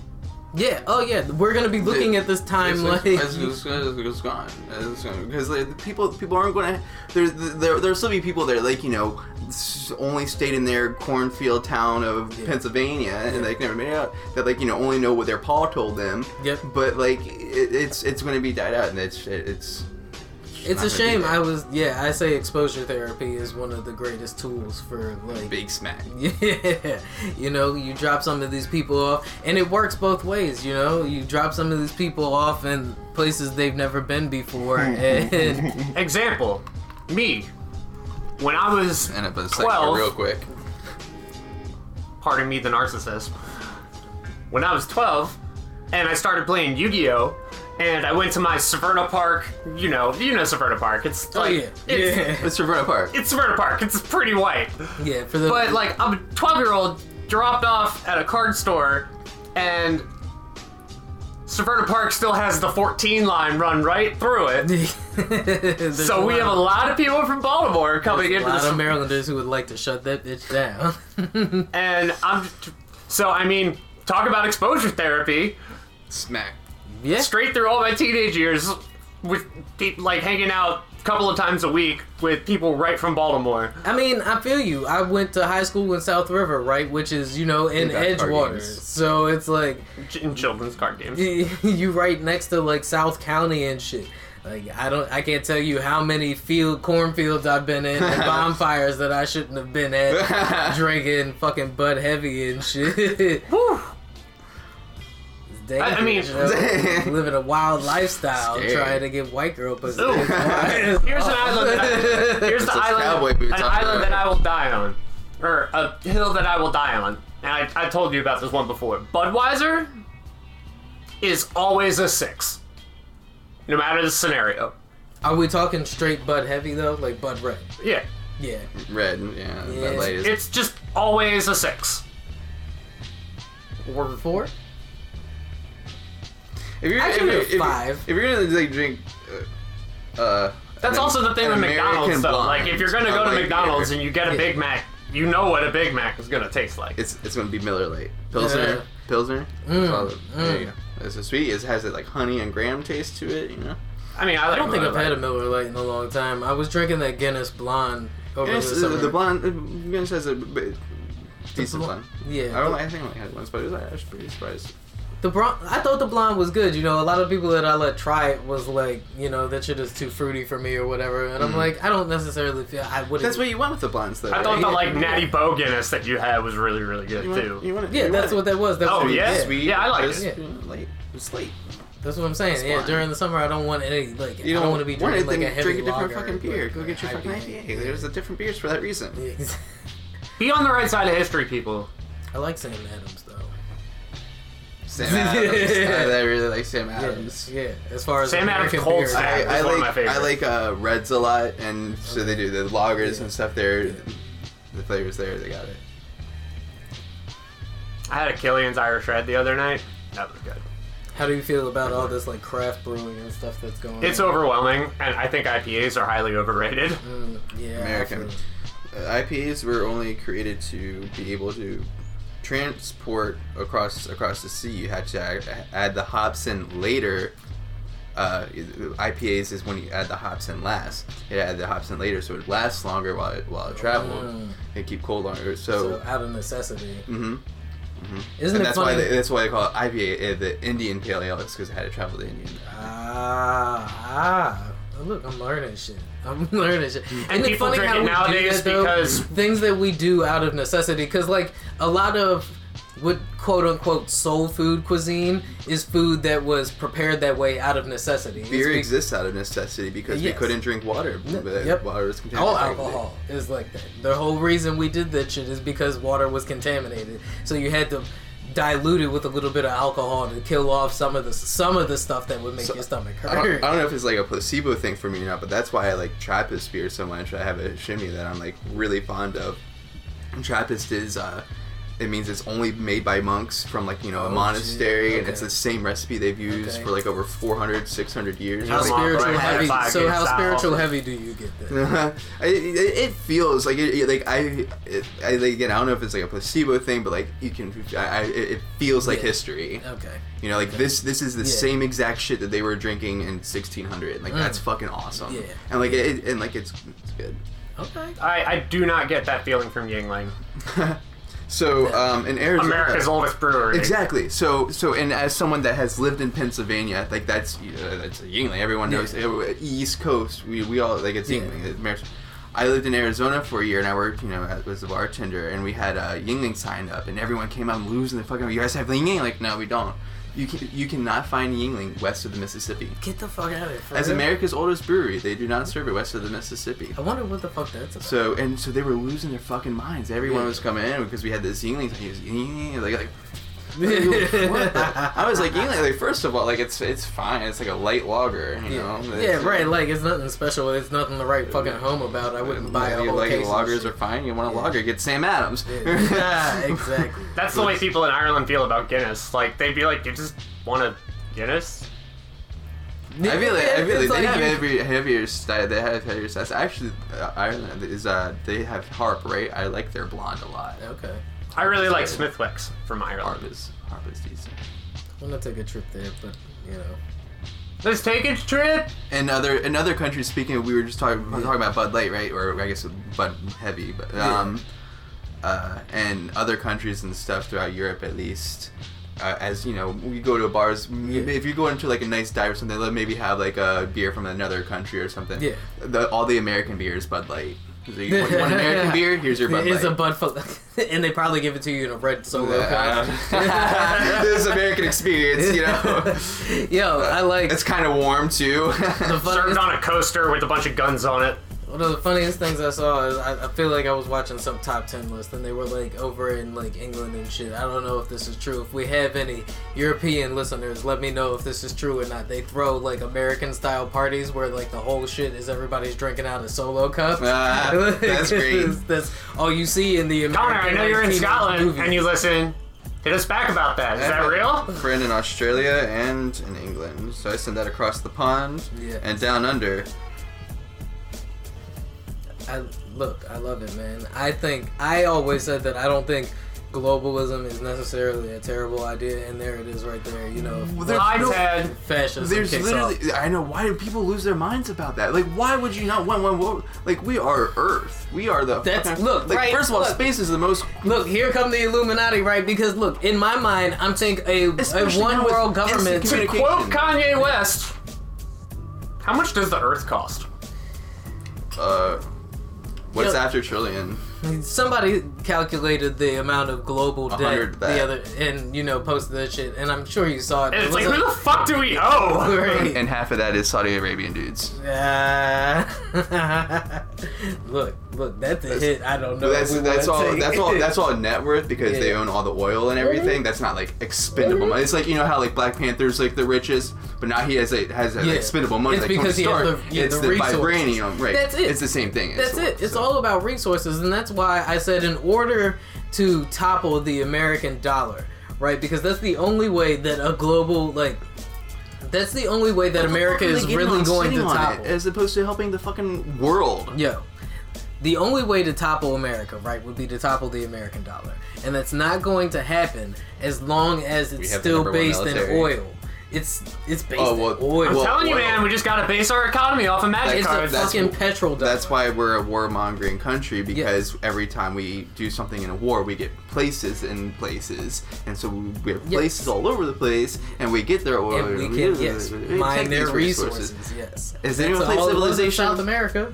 yeah. Oh yeah, we're gonna be looking
it-
at this time
it's-
like
it's- it's- it's- it's gone. It's gone. Because like, the people, people aren't going to. There's there there'll still be people that like you know s- only stayed in their cornfield town of Pennsylvania and like never made it out. That like you know only know what their paw told them.
Yep.
But like it, it's it's going to be died out and it's it's.
it's a
not gonna be
shame.
there.
I was yeah. I say exposure therapy is one of the greatest tools for like
Big smack.
Yeah, you know, you drop some of these people off, and it works both ways. You know, you drop some of these people off in places they've never been before, and
Example, me. When I was,
And up a second
12.
real quick.
pardon me, the narcissist. When I was 12, and I started playing Yu-Gi-Oh, and I went to my Severna Park. You know, you know Severna Park. It's
oh
like,
yeah,
it's,
yeah,
Let's revert apart.
it's Severna Park. It's pretty white.
yeah. For the
But like, I'm a 12 year old dropped off at a card store, and Severna Park still has the 14 line run right through it.
There's
So we
lot-
have a lot of people from Baltimore coming
there's
into
a lot
this,
of Marylanders who would like to shut that bitch down.
and I'm. So I mean, talk about exposure therapy.
Smack.
yeah,
Straight through all my teenage years, with pe- like hanging out a couple of times a week with people right from Baltimore.
I mean, I feel you. I went to high school in South River, right, which is you know in
We got
Edgewater,
Guardians.
so it's like.
ch- In children's card games.
you right next to like South County and shit. Like I don't, I can't tell you how many field cornfields I've been in and bonfires that I shouldn't have been at, drinking fucking Bud Heavy and shit.
Whew.
Damn,
I- I mean-
living a wild lifestyle,
Scary.
trying to get white girl pussy.
Ooh. Here's an island. That I, here's the
It's a cowboy
island.
boot
An
on the
island
road.
that I will die on, or a hill that I will die on. And I, I told you about this one before. Budweiser is always a six, no matter the scenario.
Are we talking straight Bud Heavy though, like Bud Red?
Yeah,
Yeah,
Red. Yeah.
Yeah.
That latest.
it's just always a six.
or four?
If you're,
I
if,
give it a
you're- if you're-
five.
If you're gonna like drink, uh, uh
That's
an-
also the thing
an
with
American
McDonald's, though.
blonde,
Like, if you're gonna
I'm
go to
like,
McDonald's and you get a
Yeah.
Big Mac, you know what a Big Mac is gonna taste like.
it's it's gonna be Miller Lite, Pilsner,
Yeah. Mm,
Pilsner. That's all the- There you go. It's a sweet. It has it like honey and graham taste to it. You know.
I mean, I, like
I don't think
Miller
I've had a
Lite.
Miller Lite in a long time. I was drinking that Guinness Blonde over
Yes,
the
the,
summer.
the blonde. uh, Guinness has a b- decent
bl-
blonde.
yeah.
I don't. like- I think I only had once, but it was, I was pretty surprised.
The bron- I thought the blonde was good. You know, a lot of people that I let try it was like, you know, that shit is too fruity for me or whatever. And I'm like, I don't necessarily feel I wouldn't.
Mm-hmm. That's what you want with the blondes, though.
I thought
right?
the like Natty Bo Guinness that you had was really, really good
You want,
too.
you want it-
yeah,
you
that's what
want it
that was. That's
Oh,
what,
yeah?
yeah.
sweet,
Yeah, I like it.
crisp,
Yeah.
you know, Light. It's late.
That's what I'm saying. yeah,
blonde.
during the summer I don't want any like
You
I
don't,
don't want to be
want
drinking like a
anything,
heavy
drink a different
lager,
fucking beer.
but-
Go get your fucking IPA. There's a different beers for that reason.
Yeah.
Be on the right side of history, people.
I like Sam Adams though.
Sam Adams. I, I really like Sam
Yeah,
Adams.
yeah. As far as
Sam Adams
American
cold
beer,
snap.
I,
Adams
I
is one
like
of my
I like
favorites.
uh, reds a lot, and so they do the lagers and stuff. There, the flavors there, they got it.
I had a Killian's Irish Red the other night. That was good.
How do you feel about all this like craft brewing and stuff that's going?
It's
on?
overwhelming, and I think IPAs are highly overrated.
Mm, yeah, I
American.
feel-
Uh, IPAs were only created to be able to transport across across the sea. You had to add, add the hops in later. Uh, IPAs is when you add the hops in last. You add the hops in later, so it lasts longer while it while it traveled.
Mm.
It keep cold longer.
So
So,
out of necessity,
hmm
isn't
and
it
that's
funny?
why they, that's why they call it IPA uh, the Indian Pale Ale. It's because it had to travel to Indian.
Ah, ah. Look, I'm learning shit. I'm learning shit. Isn't
And
it
people
funny
drink
how
it
we do
nowadays
that, though?
because-
things that we do out of necessity. Because like a lot of what quote unquote soul food cuisine is food that was prepared that way out of necessity. It's
Beer
be-
exists out of necessity because
Yes.
we couldn't drink water. but
yep.
Water was contaminated.
All alcohol is like that. The whole reason we did that shit is because water was contaminated. So you had to diluted with a little bit of alcohol to kill off some of the some of the stuff that would make
So-
your stomach
I don't,
hurt.
I don't know if it's like a placebo thing for me or not, but that's why I like Trappist beer so much. I have a shimmy that I'm like really fond of. And Trappist is, uh, it means it's only made by monks from like, you know, a
Oh,
monastery,
gee,
and it's
okay.
the same recipe they've used
Okay.
for like over 400, 600 years.
How
It's, like,
long?
spiritual
Right,
heavy.
five
So
years
how
out.
spiritual heavy do you get then?
it, it Uh-huh. it feels like it, it- like I, it, I like, again I don't know if it's like a placebo thing, but like you can, I, I it it feels like
Yeah.
history.
Okay.
You know, like this this is the
Yeah.
same exact shit that they were drinking in 1600. Like that's fucking awesome.
Mm. Yeah.
And like it and like it's, it's good.
Okay.
I, I do not get that feeling from Yingling.
So um in Arizona
America's oldest brewery.
Exactly. So, so, and as someone that has lived in Pennsylvania, like that's you know, that's Yingling. Everyone knows eh, East Coast. We, we all like it's
Yeah.
Yingling. It's Mar- I lived in Arizona for a year, and I worked, you know, as was a bartender, and we had uh, Yingling signed up, and everyone came out and losing the fucking. You guys have Yingling? Like, no, we don't. You can you cannot find Yingling west of the Mississippi.
Get the fuck out of here. for
As
real.
America's oldest brewery, they do not serve it west of the Mississippi.
I wonder what the fuck that's about.
So and so they were losing their fucking minds. Everyone
Yeah.
was coming in because we had this Yingling. and He was "Eh," like, like what the- I was like Yingling. Like first of all, like it's it's fine. It's like a light lager, you
yeah.
know.
yeah, right. Like it's nothing special. There's nothing to write fucking home about. I wouldn't buy a
you
whole
like
case. of
lagers
shit.
are fine. You want a lager? Get Sam Adams.
yeah, exactly.
That's the way people in Ireland feel about Guinness. Like they'd be like, "You just want a Guinness."
I feel like I feel like
It's
they
like
have
you-
every heavier style. They have heavier styles. Actually, uh, Ireland is uh they have harp right. I like their blonde a lot.
Okay.
I really like Smithwick's from Ireland.
Harp is harp is decent.
I'm gonna take a trip there, but you know.
Let's take a trip.
In other in other countries, speaking, of, we were just talking talking about Bud Light, right? Or I guess Bud Heavy, but um, uh, and other countries and stuff throughout Europe, at least. Uh, as you know, we go to bars. m-
Yeah.
If you go into like a nice dive or something, they'll maybe have like a beer from another country or something.
Yeah.
The, all the American beer is Bud Light. So you want, you want American beer? Here's your Bud
It is a
Light.
Bud Fu- and they probably give it to you in a red solo cup.
Yeah. this is American experience, you know.
Yo, I like
It's kind of warm too.
the
Served
funniest
on a coaster with a bunch of guns on it.
One of the funniest things I saw is I, I feel like I was watching some top ten list, and they were like over in like England and shit. I don't know if this is true. If we have any European listeners, let me know if this is true or not. They throw like American style parties where like the whole shit is everybody's drinking out of solo cups.
Ah, that's great.
That's, that's all you see in the
Connor,
American.
I know you're in
like,
Scotland
movies.
and you listen. Hit us back about that. Is that real?
friend in Australia and in England. So I send that across the pond
Yeah.
and down under.
I look, I love it, man. I think I always said that I don't think globalism is necessarily a terrible idea, and there it is right there. You know,
Well, there's
Hi,
no-
Ted.
fascism
There's
kicks
literally,
off.
I know. Why do people lose their minds about that? Like, why would you not? When, when, what, like, we are Earth. We are the.
That's-
fucking-
look,
Like,
right,
first of all,
look.
space is the most.
Look, here come the Illuminati, right? Because look, in my mind, I'm saying a, a
Especially now
one
with
world government.
instant communication.
Quote Kanye West. How much does the Earth cost?
Uh, what's
Yeah.
after trillion?
Somebody calculated the amount of global debt
hundred that.
the other, and you know, posted that shit, and I'm sure you saw it.
And
It
it's like,
was
who
a-
the fuck do we owe?
Right.
And half of that is Saudi Arabian dudes.
Uh, look, look, that's a hit. I don't know.
that's
if we
that's
wanna
all.
take
That's all. That's all net worth because they
Yeah.
own all the oil and everything. That's not like expendable money. It's like you know how like Black Panther's like the richest, but now he has a has a
Yeah.
expendable money.
It's
like Tony
because he has
Stark.
the- yeah,
it's
the
the,
resources.
vibranium, right?
That's it.
It's the same thing.
That's it. It's
so-
all about resources, and that's why I said in order to topple the American dollar, right? Because that's the only way that a global like that's the only way that America
They're
is
getting
really
on
going to
sitting on it,
topple.
as opposed to helping the fucking world.
Yo, the only way to topple America, right, would be to topple the American dollar, and that's not going to happen as long as it's
have the
still
number one
based in
military.
oil. It's it's based
Oh, well-
in oil.
I'm
I'm
Well,
telling you,
well.
man, we just gotta base our economy off of magic
it's a
cards.
that's-
fucking petrol dollar.
That's why we're a warmongering country because every time we do something in a war, we get places in places, and so we have
Yes.
places all over the place, and we get their oil.
and we
do-
can yes
we
mine
take
their
these
resources. Yes.
Is anyone
That's
play
all it was in
Civilization?
South America.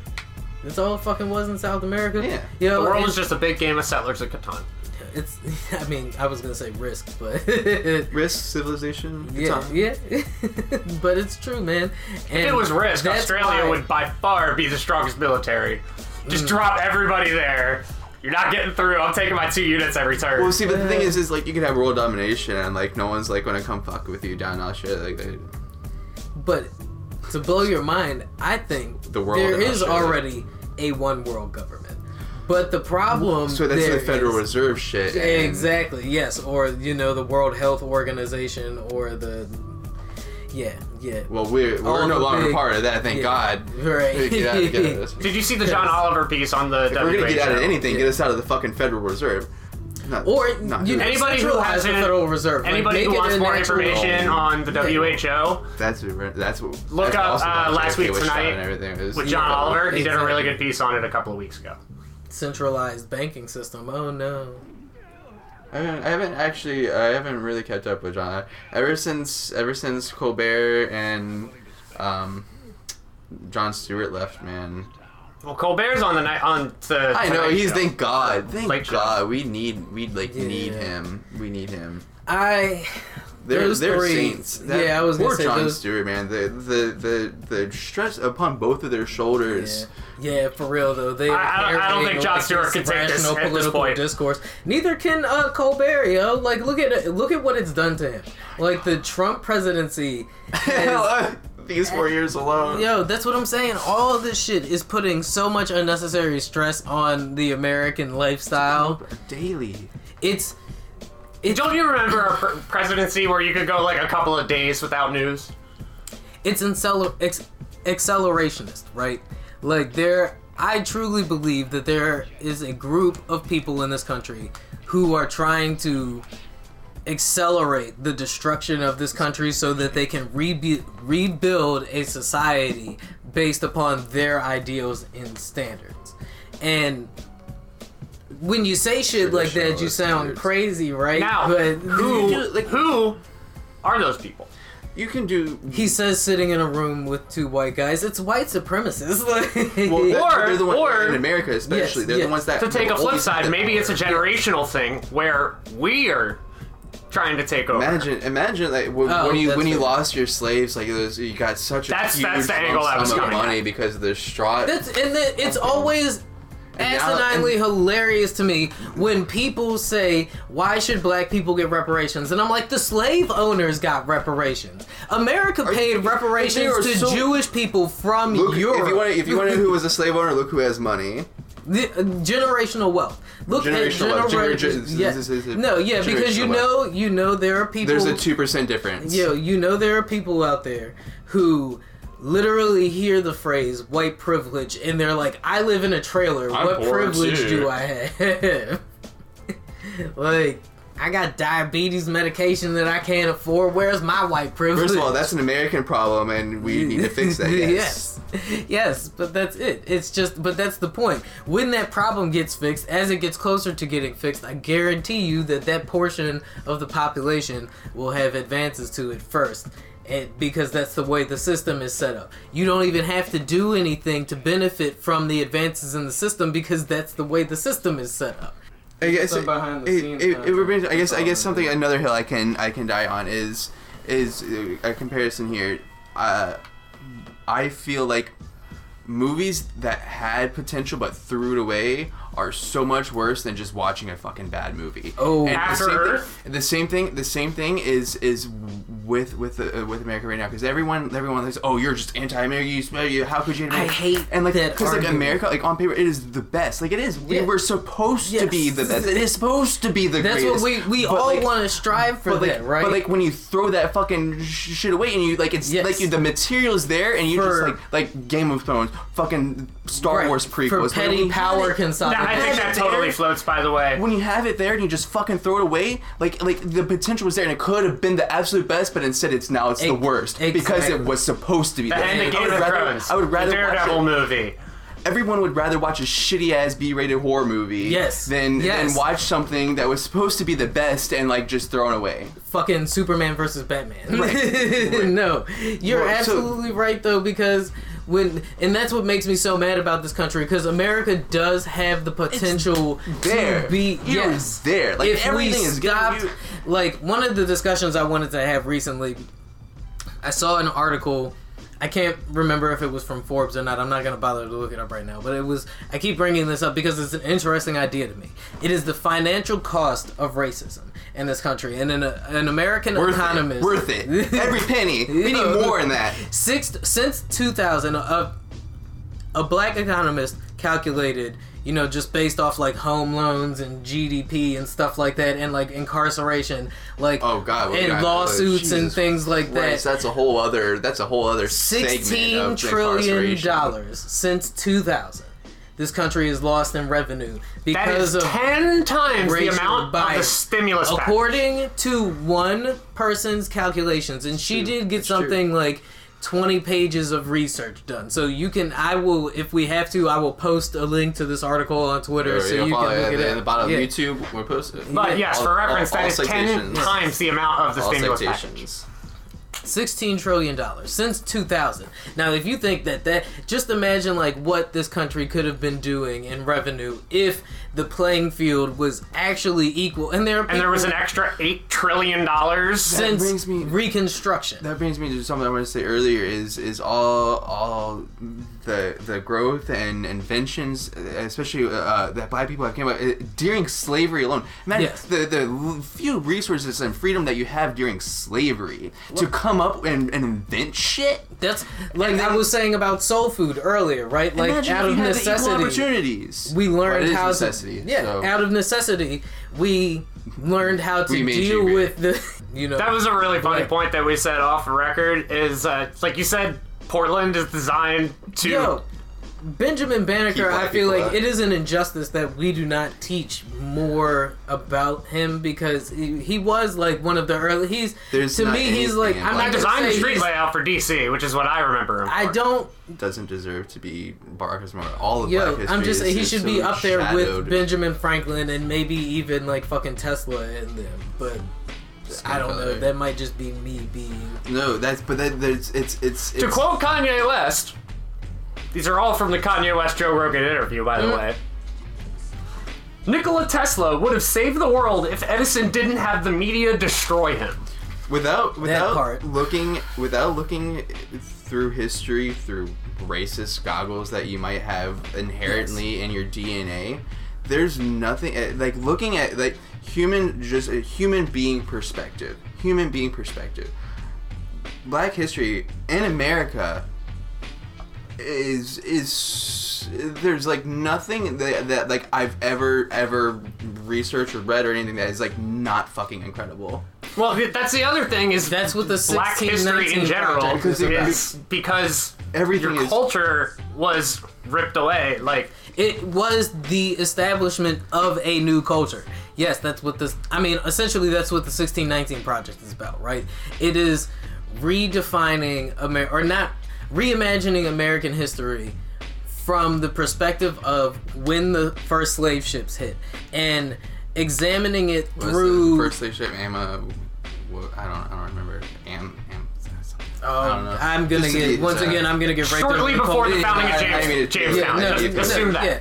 That's all it fucking was in South America.
Yeah.
You
the
know,
world
it-
is just a big game of settlers at Catan.
it's. I mean, I was gonna say risk, but
Risk civilization. It's
yeah,
on.
yeah. but it's true, man. And
If it was risk,
that's
Australia
why-
Mm.
would by far be the strongest military. Just drop everybody there. You're not getting through. I'm taking my two units every turn.
Well, see, but the thing is, is like you can have world domination, and like no one's like gonna come fuck with you down all shit. Like they,
But to blow your mind, I think
The world
there
in
is
Australia.
already a one world government. But the problem
so that's
there
the Federal
is-
Reserve shit. and-
Exactly. Yes, or you know the World Health Organization or the yeah, yeah.
Well, we're we're
All
no
the
longer
big-
part of that. Thank
yeah.
God.
Right.
We Get out, get out of this.
Did you see the John Oliver piece on the
If we're gonna
WHO?
get out of anything, get us out of the fucking Federal Reserve. Not,
Or
not
you
do
know,
this.
Anybody who
centralize the
hasn't-
Federal Reserve. Like,
Anybody who
make it
wants
an
more
actual-
information on the WHO,
that's what- that's what.
Look
that's
up,
also
uh,
why
last
JFK
week
was shot
tonight
and everything. It was-
with John Oliver. He did a really
Exactly.
good piece on it a couple of weeks ago.
centralized banking system. Oh no.
I haven't, I haven't actually, I haven't really kept up with John. Ever since, ever since Colbert and um, John Stewart left, man.
Well, Colbert's on the night on the.
I know
Tonight
he's.
Show.
Thank God. Thank
Late show.
God. We need. We like need
Yeah.
him. We need him.
I
They're,
Those
they're
three-
saints.
yeah, I was gonna
poor
say
John
those-
Stewart, man. The, the the the stress upon both of their
yeah,
shoulders.
yeah, for real though. They
I- I don't- I
they're
don't think
able
Jon
to
Stewart
keep
can take this
rational
at this
political
point.
discourse. Neither can uh, Colbert. Yo, like look at look at what it's done to him. Like the Trump presidency. has-
These four years alone.
Yo, that's what I'm saying. All this shit is putting so much unnecessary stress on the American lifestyle.
Daily.
It's
Don't you remember a pr- presidency where you could go like a couple of days without news?
it's incel- ex- accelerationist, right? Like there, I truly believe that there is a group of people in this country who are trying to accelerate the destruction of this country so that they can rebu- rebuild a society based upon their ideals and standards. And when you say shit like that, you
Traditionalist
sound
standards.
crazy, right?
Now,
but
who who are those people?
You can do.
He says sitting in a room with two white guys. It's white supremacists. Like,
Well, that's what
Or-
they're the ones
or-
in America, especially.
Yes,
they're
yes.
the ones that.
To take a flip
always-
side, maybe it's a generational thing where we are trying to take over.
Imagine, imagine like when,
Oh,
when you
that's
when you
it.
lost your slaves, like it was, you got such a
That's-
huge
that's the angle I
lump
was
sum of
coming at.
money because of the straw.
that's and the, it's always
And now-
asininely hilarious to me when people say, "Why should black people get reparations?" And I'm like, "The slave owners got reparations. America paid reparations
are
to
so-
Jewish people from
Look, if you
Europe.
want, if you want to know who was a slave owner, look who has money.
The, uh, generational wealth. Look
Generational
at
wealth.
genera-
Gener- ge-
yeah.
this is a-
No, yeah, because you
generational
know, you know, there are people.
There's a two percent difference.
Yo, you know there are people out there who literally hear the phrase white privilege and they're like, I live in a trailer.
I'm
what
poor,
privilege
too."
do I have? like, I got diabetes medication that I can't afford. Where's my white privilege?
First of all, that's an American problem, and we need to fix that. Yes.
yes. Yes, but that's it. It's just, but that's the point. When that problem gets fixed, as it gets closer to getting fixed, I guarantee you that that portion of the population will have advances to it first. And because that's the way the system is set up. You don't even have to do anything to benefit from the advances in the system because that's the way the system is set up.
I guess
Some
it,
behind
it,
the scenes
it,
kind
it
of
reminds- I guess I guess
problem.
something another hill I can I can die on is is uh, a comparison here. Uh, I feel like movies that had potential but threw it away are so much worse than just watching a fucking bad movie.
Oh,
And
After
the same
Earth?
Thing, the same thing. The same thing is is with with uh, with America right now because everyone everyone thinks oh you're just anti-America you smell you how could you
I hate
and like
that
because like
argument.
America like on paper it is the best like it is we
Yeah.
were supposed to
Yes.
be the best it is supposed to be the
that's
greatest
what we, we
But,
all
like,
want to strive for,
but like,
that, right?
but like when you throw that fucking sh- shit away and you like it's
Yes.
like you, the material's there and you
For-
just like like Game of Thrones, fucking Star
Right.
Wars prequels.
for
Like, when
petty
you have
power
it-
Nah,
consolidation.
I think that totally floats. By the way,
When you have it there and you just fucking throw it away, like like the potential was there and it could have been the absolute best, but instead it's now it's the
Ex-
worst because
exactly.
it was supposed to be.
the
there.
end of
I
Game
would
of
rather-
Thrones,
I would rather
the
watch
Daredevil
it-
movie.
everyone would rather watch a shitty ass B rated horror movie
Yes.
than
Yes.
than watch something that was supposed to be the best and like just thrown away.
fucking Superman versus Batman.
Right.
no, you're
Right, so-
absolutely right though because when and that's what makes me so mad about this country because America does have the potential
there.
to be
It
yes
was there. Like,
if we
everything is getting
stopped
you-
like one of the discussions I wanted to have recently I saw an article I can't remember if it was from Forbes or not. I'm not gonna bother to look it up right now. But it was. I keep bringing this up because it's an interesting idea to me. It is the financial cost of racism in this country, and an, an American
Worth
economist.
it. Worth it. Every penny. We need more in that.
Six, since 2000, a, a black economist calculated, you know, just based off like home loans and GDP and stuff like that, and like incarceration, like
Oh, God, what
and
God,
lawsuits
Jesus
and things like
Christ,
that.
that's a whole other. That's a whole other. segment
Sixteen
of
trillion
incarceration.
dollars since 2000. This country is lost in revenue
That is
because of
ten times the
racial
amount of the
bias.
stimulus package.
according to one person's calculations and she did get something like 20 pages of research done so you can i will if we have to i will post a link to this article on twitter
There we
so
go.
you
Follow
can look
at
it
the,
up
at the bottom
Yeah.
of YouTube. We're posted.
But yes,
All-
for reference,
all-
that is
all
ten
citations.
times the amount of the
all
stimulus package.
citations.
16 trillion dollars since 2000 now if you think that that just imagine like what this country could have been doing in revenue if the playing field was actually equal and there are
And there was an
people
extra eight trillion dollars.
That
since
brings me-
reconstruction
That brings me to something I wanted to say earlier. Is is all all the the growth and inventions, especially uh, that black people have came up uh, during slavery alone. Imagine
Yes.
the the l- few resources and freedom that you have during slavery to come up and, and invent shit.
That's like
And
I
then-
was saying about soul food earlier, right? Like
Imagine
out
if
of
you had the equal
necessity,
opportunities.
we learned
Well, it is
how
necessity.
to yeah.
so-
Out of necessity, we learned how to
We made
deal
you
with the you know.
That was a really funny
Right.
point that we said off record. Is uh, like you said, Portland is designed to.
yo. Benjamin Banneker,
Keep
I
black
feel
people
like
out.
it is an injustice that we do not teach more about him because he, he was like one of the early. He's
There's
to
not
me, he's like
anything in
I'm
black
not gonna
designed the
say
street
he's-
layout for DC, which is what I remember. Him
I
for.
don't
doesn't deserve to be Barack Obama. All of
Yo,
black history.
I'm just
is-
he
is
should
so
be up there
shadowed.
with Benjamin Franklin and maybe even like fucking Tesla and them. But I don't know.
color.
That might just be me being.
No, that's but that, that's it's it's
To
it's
quote Kanye West, these are all from the Kanye West Joe Rogan interview, by the
Mm.
way. Nikola Tesla would have saved the world if Edison didn't have the media destroy him.
without without
part.
looking without looking through history through racist goggles that you might have inherently in your DNA. There's nothing eh, like looking at like human just a human being perspective. Human being perspective. Black history in America is is there's like nothing that, that like I've ever ever researched or read or anything that is like not fucking incredible.
Well, th- that's the other thing is
That's what the
black
16,
history
19
in general
project is
is
about.
because
Everything
your
is
culture was ripped away. Like
It was the establishment of a new culture. Yes, that's what this. I mean, essentially, that's what the 1619 Project is about, right? It is redefining Amer or not reimagining American history from the perspective of when the first slave ships hit and examining it
was
through.
the first slave ship Amma. wha- I don't. I don't remember. Am. Am. something. I don't know.
Oh, I'm gonna
Just
get
the-
once again. I'm gonna get right there
shortly
with the
before
cold.
the founding
I-
of
I mean,
James,
it-
Jamestown.
yeah,
Just
no,
assume that.
Yeah,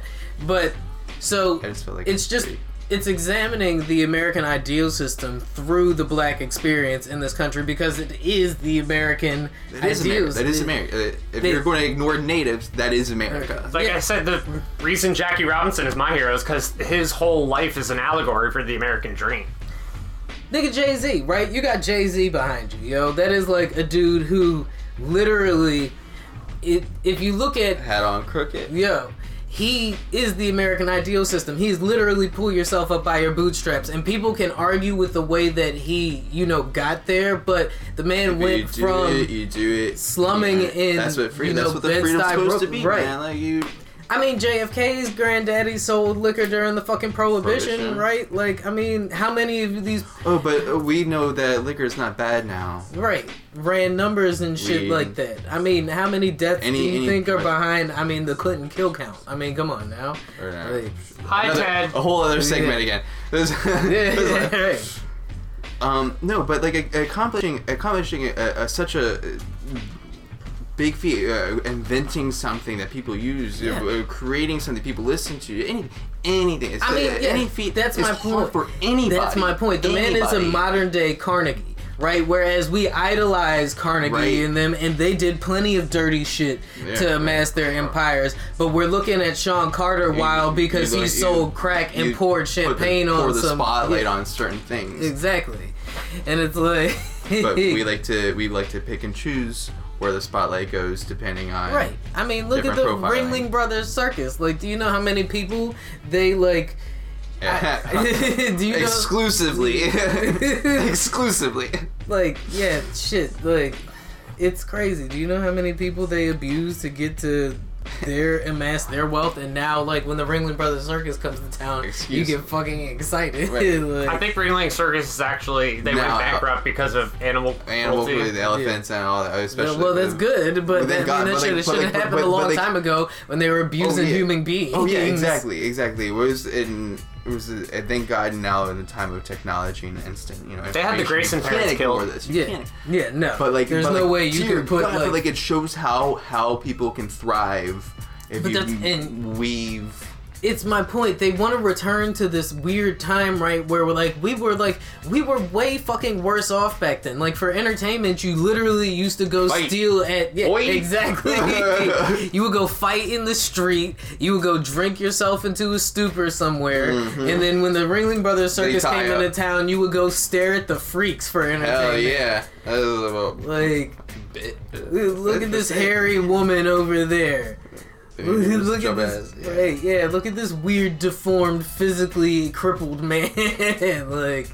but so
I just feel like
it's
it's
just
pretty-
it's examining the American ideal system through the black experience in this country because it is the American
That is America.
ideals.
That is
It-
America. Uh, If
they-
you're going to ignore natives, that is America.
Like
Yeah.
I said, the reason Jackie Robinson is my hero is because his whole life is an allegory for the American dream.
Nigga Jay Z, right? You got Jay Z behind you, yo. That is like a dude who literally, it, if you look at
Hat on crooked.
yo he is the american ideal system he's literally pull yourself up by your bootstraps and people can argue with the way that he you know got there but the man
If
went
you do
from
it, you do it.
slumming
yeah.
in,
That's what free.
you
that's
know,
what the freedom's
Bed-Stuy,
supposed to
Brooklyn,
be,
right.
man. Like you.
i mean jfk's granddaddy sold liquor during the fucking prohibition,
Prohibition.
right like i mean how many of these
Oh, but uh, we know that liquor is not bad now.
right ran numbers and shit
Weed.
like that i mean how many deaths
Any-
do you
any-
think are behind i mean the clinton kill count i mean come on now
Or not.
Like,
Hi,
Another-
Ted.
A whole other segment again. There's- there's like-
right.
Um, no, but like a- accomplishing accomplishing a, a, such a uh, big feat, uh, inventing something that people use,
Yeah.
uh, uh, creating something people listen to, any anything. It's,
I mean,
uh,
yeah,
any feat
that's
is
my
hard
point.
for anybody.
That's my point. The man is a
Anybody.
modern day Carnegie, right? Whereas we idolize Carnegie
Right.
and them, and they did plenty of dirty shit
Yeah,
to
right.
amass their empires. But we're looking at Sean Carter Wild because
You-
he
you-
sold crack and
you
poured
put the-
champagne on
pour the
some
spotlight on certain things.
Exactly, and it's like.
but we like to we like to pick and choose where the spotlight goes depending on
Right. I mean, look at the
Different profiling.
Ringling Brothers Circus. Like, do you know how many people they like? I- do you know?
exclusively exclusively
like, yeah, shit. Like, it's crazy. Do you know how many people they abuse to get to their amass their wealth? And now, like, when the Ringling Brothers Circus comes to town,
Excuse
you
me.
get fucking excited.
Right.
Like,
I think Ringling Circus is actually they
No.
went bankrupt because of animal
animal
cruelty.
food, the elephants and all that especially
well, that's good, but,
But then
that,
God-
I mean,
but
that
like-
should have
but like- but-
happened
but
a long
like-
time ago when they were abusing
yeah.
human beings.
oh yeah exactly exactly it was in it was uh, thank god now in the time of technology and instant you know
They had the
information,
Grayson
you
parents
can't ignore
killed.
this. You
Yeah,
can't
yeah, no.
But like,
there's
but,
no
like,
way you
dear
could put
God, but,
like,
like it shows how how people can thrive if
But
you
that's- and-
weave.
it's my point. They want to return to this weird time, right? Where we're like, we were like, we were way fucking worse off back then. Like for entertainment, you literally used to go
Fight.
steal at yeah,
Oi.
exactly. you would go fight in the street. You would go drink yourself into a stupor somewhere, and then when the Ringling Brothers Circus
Mm-hmm. tie
came
up.
into town, you would go stare at the freaks for entertainment.
Hell Oh, yeah! That was a little
Like,
bit.
look at this hairy woman over there. look at
Jump
this,
ass, yeah.
right, yeah, look at this weird, deformed, physically crippled man. like,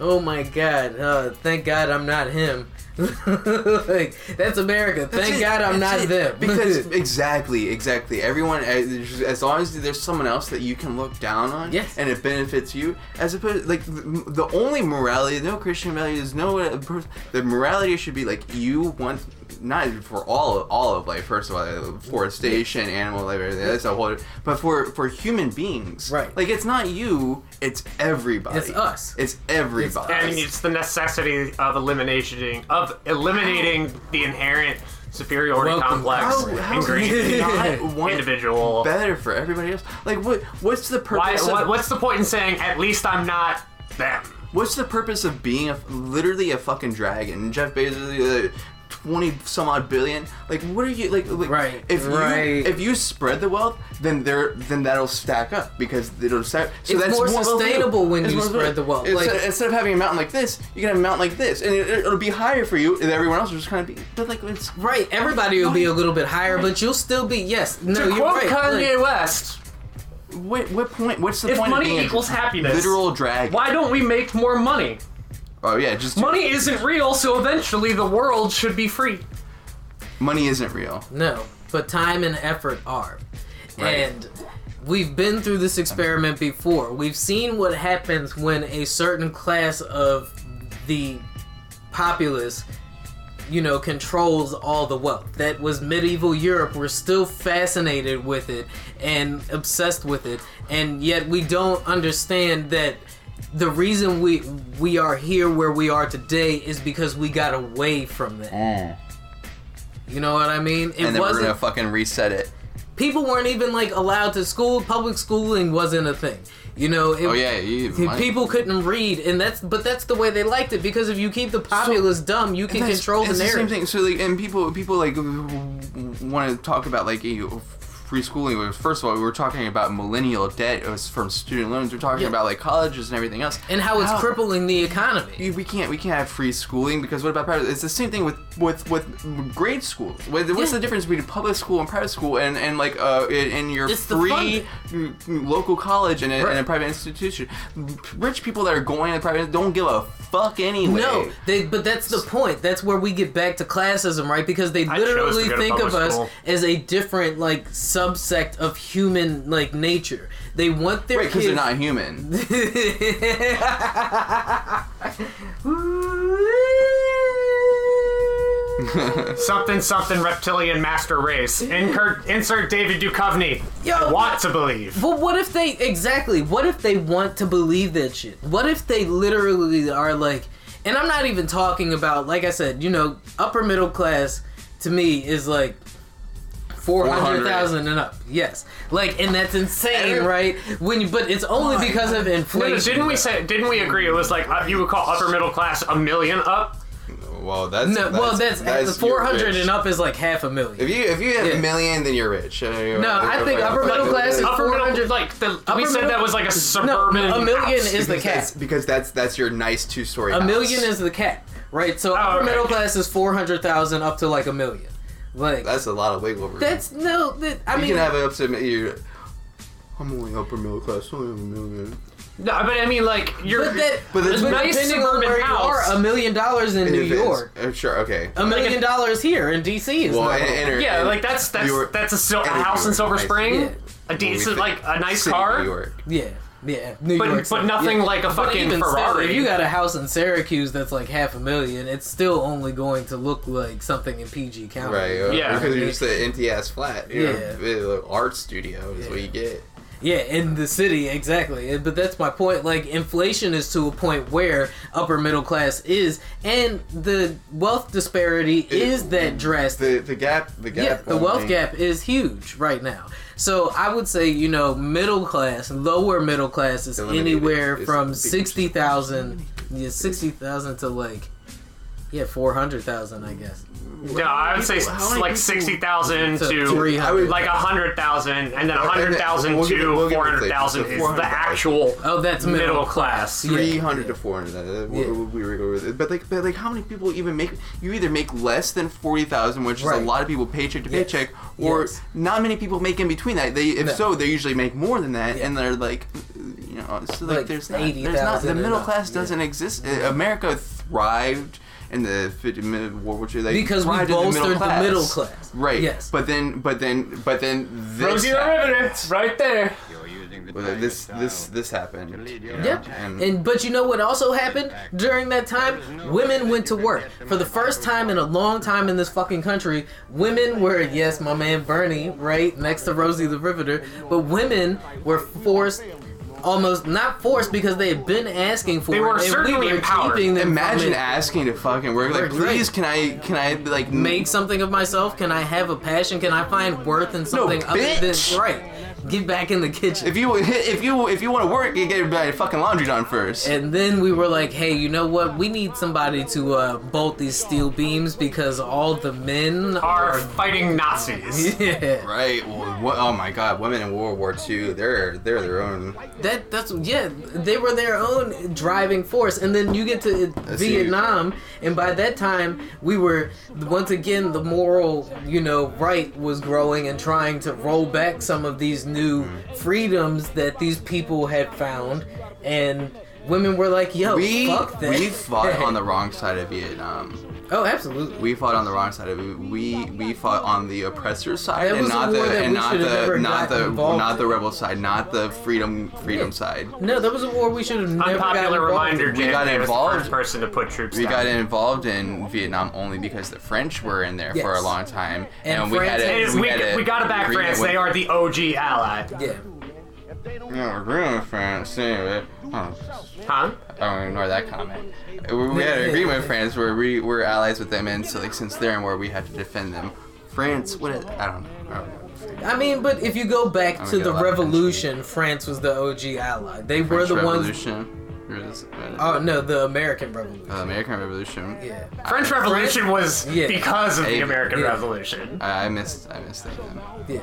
oh my god, uh, thank God I'm not him. like, that's America. Thank
it,
God I'm
that's
not
it.
them.
Because exactly, exactly. Everyone, as as long as there's someone else that you can look down on,
Yes.
and it benefits you, as opposed like the, the only morality, no Christian morality, is no uh, per- the morality should be like you want. Not for all all of life. First of all, uh, forestation, animal life, everything. That's a whole. But for for human beings,
Right.
Like it's not you. It's everybody.
It's us.
It's everybody.
and it's the necessity of eliminating of eliminating the inherent superiority
Welcome.
complex
How- how
and greed
can you
not
in
want
individual.
better for everybody else. Like what? What's the
Why,
purpose?
what,
of,
what's the point in saying at least I'm not them?
What's the purpose of being a, literally a fucking dragon? Jeff Bezos, uh, twenty some odd billion. Like, what are you like? like
Right,
If you
right.
if you spread the wealth, then there then that'll stack up because it'll stack. So
It's
that's
more
wealth available.
sustainable when
It's
you
more
spread the
available.
wealth,
Instead,
like-
instead of having a mountain like this, you can have a mountain like this, and it, it'll be higher for you, and everyone else will just kind of be. But like, it's
right, everybody will be a little bit higher, but you'll still be, yes, no,
to
you're
quote
right.
Kanye
like-
West,
what what point? What's the
if
point? of
money
being
equals
a
happiness,
literal dragon.
why don't we make more money?
Oh yeah, just
Money isn't real, so eventually the world should be free.
money isn't real.
No, but time and effort are.
Right.
And we've been through this experiment before. We've seen what happens when a certain class of the populace you know controls all the wealth that was medieval europe we're still fascinated with it and obsessed with it and yet we don't understand that the reason we we are here where we are today is because we got away from that you know what i mean it
and then we're
wasn't
gonna fucking reset it.
people weren't even like allowed to school public schooling wasn't a thing you know it,
Oh yeah, you,
pe- people couldn't read and that's but that's the way they liked it because if you keep the populace dumb you can
That's-
control the
it's
narrative
same thing. So like, and people people like want to talk about like you know, free schooling. Well, First of all, we were talking about millennial debt uh, from student loans. We're talking
Yeah.
about like colleges and everything else,
and how it's
How-
crippling the economy
we can't we can't have free schooling because what about private? It's the same thing with with with grade school. What- What's
Yeah.
the difference between public school and private school and and like uh in, in your
It's the
free mm, mm, local college and a,
Right.
and a private institution? Rich people that are going to private don't give a fuck anyway.
No, they, but that's the point. That's where we get back to classism, right? Because they
I chose to
literally
go to
think of
public
us
school.
as a different like subsect of human like nature. They want their
Right, because
kids.
they're not human.
Something, something, reptilian master race. Incur- insert David Duchovny.
Yo.
want to believe?
But what if they exactly? What if they want to believe that shit? What if they literally are like? And I'm not even talking about like I said, you know, upper middle class to me is like four hundred thousand and up. Yes, like and that's insane,
And-
right? When you, but it's only because of
No,
inflation.
no, didn't we say? Didn't we agree it was like uh, you would call upper middle class a million up?
well, that's,
No, well, that's,
you're
400
rich.
and up is like half a million.
If you if you have
Yeah.
a million, then you're rich. No,
No, I think upper middle class is
Upper middle,
400
like the,
upper
we said,
middle-
that was like a suburban.
a million
house.
is- the cap.
because that's that's your nice two story.
A million is the cap, right? So upper
okay.
middle class is 400,000 up to like a million. Like
that's a lot of wiggle room.
that's no, that, I
you
mean
can have it up to you. I'm only upper middle class. I only have a million.
No, but I mean, like you're.
but that
But there's
but
nice
depending on
suburban
where
house.
you are, a million dollars in
And
New
if it's-
York,
uh, sure. Okay.
a million
if-
dollars here in DC is
Well,
not.
and, and, and,
yeah,
and
like that's that's
you were-
that's a, sil- a
and if
house
you
in
were
Silver
nice-
Spring,
Yeah.
a
Well, we
decent
think
like a nice
city
car.
New York.
yeah, yeah, New
But-
York,
but
City,
nothing
yeah.
like a
But
fucking
even still,
Ferrari.
if you got a house in Syracuse that's like half a million, it's still only going to look like something in PG County,
Right. uh,
Yeah.
Because you're just an empty ass flat. you know,
Yeah.
uh, art studio is what you get.
Yeah, in the city, exactly. But that's my point. Like, inflation is to a point where upper middle class is, and the wealth disparity is that drastic.
The the gap the gap.
yeah, the
only-
wealth gap is huge right now. So I would say, you know, middle class, lower middle class is
Eliminated.
anywhere
It's
from
huge.
sixty thousand, yeah, sixty thousand to like, yeah, four hundred thousand, I guess.
No, I would say
How many
s-
people-
like sixty thousand
To
to
300. I would-
like a hundred thousand, and then a hundred thousand
We'll give it- we'll
to
give it
four hundred thousand
like
is the
400,000.
actual
Oh, that's middle
middle class.
Yeah.
Three hundred to four hundred. Uh, we-
Yeah.
we were over there. But like, but like, how many people even make? You either make less than forty thousand, which is
Right.
a lot of people paycheck to
Yes.
paycheck, or
Yes.
not many people make in between that. They, if
No.
so, they usually make more than that,
Yeah.
and they're like, you know, so like,
Like
there's not, there's
80,000
not the
and
middle
up.
class
Yeah.
doesn't exist. Uh, America thrived. In the 50 mid- World War II, they
Because we
thrived in
bolstered the middle class.
right?
Yes.
but then, but then, but then, this
Rosie the
happened.
Riveter, right there.
You're using the
Well, This, this,
this.
this happened. you know,
Yep.
and-
And but you know what also happened during that time? Women went to work. For the first time in a long time in this fucking country, women were yes, my man Bernie, right next to Rosie the Riveter, but women were forced almost not forced because they had been asking for
They were
it and
certainly
we were
empowered.
keeping them from
Imagine
it.
asking to fucking work. Like,
Work, right.
please, can I, can I, like,
make something of myself? Can I have a passion? Can I find worth in something other
bitch.
than right? Get back in the kitchen.
If you, if you, if you want to work, you get your fucking laundry done first.
And then we were like, hey, you know what? We need somebody to uh, bolt these steel beams because all the men
Are
are.
fighting Nazis.
Yeah.
right. Well, what, oh my God, women in World War II, they're they're their own.
That that's yeah. They were their own driving force, and then you get to
huge.
Vietnam, and by that time we were once again the moral, you know, right was growing and trying to roll back some of these new
Mm-hmm.
freedoms that these people had found, and women were like, yo,
We
fuck that.
we fought on the wrong side of Vietnam.
oh, absolutely.
We fought on the wrong side of we we fought on the oppressor side
That
and
was a
not the
war that
and
we
not
should've
the
never
not
got
the
involved
not the
in.
rebel side, not the freedom freedom side.
No, that was a war we should have never gotten
Unpopular
involved
reminder,
in.
Jan
got
Day was the
involved.
first person to put troops
We
down.
got involved in Vietnam only because the French were in there for a
Yes.
long time,
And
we had
France-
It
a,
is-
we,
we,
had a
we gotta back
agreement
France.
with-
They are the OG ally.
Yeah.
Yeah, we're agreeing with France anyway. Oh,
Huh?
I don't ignore that comment. We, we had an agreement with France where we we're allies with them, and so like since they're in war, we have to defend them. France, what? Is, I don't know. Uh, I don't know.
I mean, but if you go back
I'm
to
gonna
the
get a lot of
revolution, France was the OG ally. They were
French
the ones.
Revolution. Or is it-
Oh no, the American Revolution.
Uh, American Revolution.
Yeah.
French Revolution was
Yeah.
because of the
Hey, Uh,
American
yeah.
Revolution.
I, I missed. I missed that. Then.
Yeah.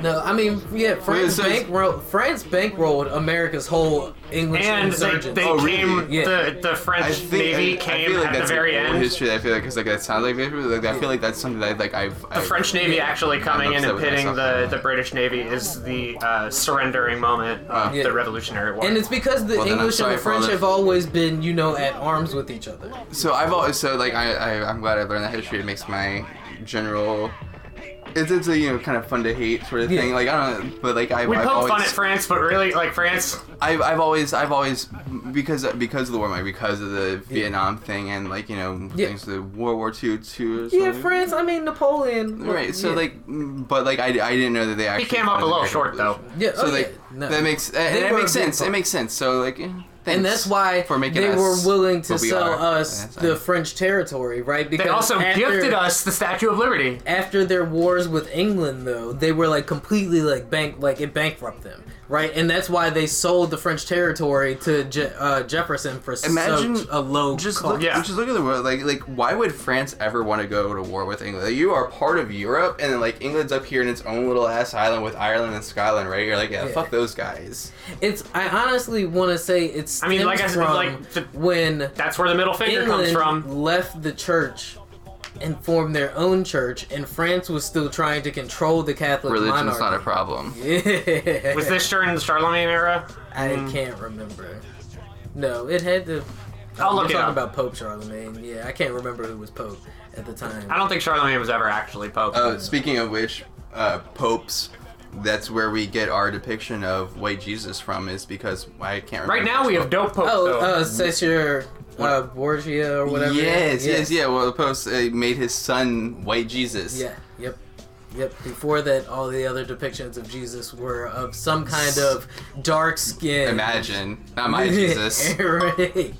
No, I mean, yeah, France
it says-
bankrolled France bankrolled America's whole English
And they,
insurgency.
they
Oh, really?
came,
Yeah.
the, the French
I think
Navy
I, I
came
feel like
at the
that's
very
like old
end.
history. that I feel like because like that sounds like history. Like I feel like that's something that like I've.
the French Navy actually coming in
upset
and
with
pitting
myself.
the, the British Navy is the uh, surrendering moment of
Yeah.
the Revolutionary War.
and it's because the
Well, then I'm
English and
sorry
the
for all
French
the-
have always been, you know, at arms with each other.
So I've always so like I, I I'm glad I learned that history. It makes my general. It's, it's a you know kind of fun to hate sort of
Yeah.
thing. Like I don't know, but like I,
we
I've
poke
always
fun at France, but really, like France,
I've, I've always I've always because because of the war, like because of the Vietnam thing and like you know
Yeah.
things the World War Two too.
Yeah, France. I mean, Napoleon.
Right. So
yeah.
like, mm, but like I, I didn't know that they actually.
he came up a
funded
little
the
short though.
Revolution.
Yeah.
So
oh,
like
yeah. No.
that makes and it
were a
makes
big
sense. It
part.
makes sense. So like, eh, thanks
and that's why
for making
they
us
were willing to
what we
sell
are.
us
Yes, I
the
know.
French territory, right? Because
They also gifted us the Statue of Liberty.
after their wars with England, though they were like completely like bank like it bankrupt them. right? And that's why they sold the French territory to Je- uh, Jefferson for
Imagine-
such a low
Just
cost.
look,
Yeah.
just look at the world. Like, like, why would France ever want to go to war with England? Like, you are part of Europe, and then like England's up here in its own little ass island with Ireland and Scotland, right? You're like, yeah,
Yeah.
fuck those guys.
It's I honestly want to say it's.
I mean, like I said,
from
like, the-
when
That's where the middle finger
England
comes from.
left the church and formed their own church, and France was still trying to control the Catholic
Religion's
monarchy.
not a problem.
Yeah.
Was this during the Charlemagne era?
I can't remember. No, it had to.
I'll look
We're
it
talking
up.
about Pope Charlemagne. Yeah, I can't remember who was Pope at the time.
I don't think Charlemagne was ever actually Pope.
Uh, speaking of which, uh, popes. That's where we get our depiction of white Jesus from, is because I can't remember.
right now we have dope Pope.
Oh,
though.
uh, Cesar uh, Borgia or whatever.
Yes, yes, yeah. Well, the post uh, made his son white Jesus.
Yeah, yep. Yep. Before that, all the other depictions of Jesus were of some kind of dark skin.
Imagine, not my Jesus.
right.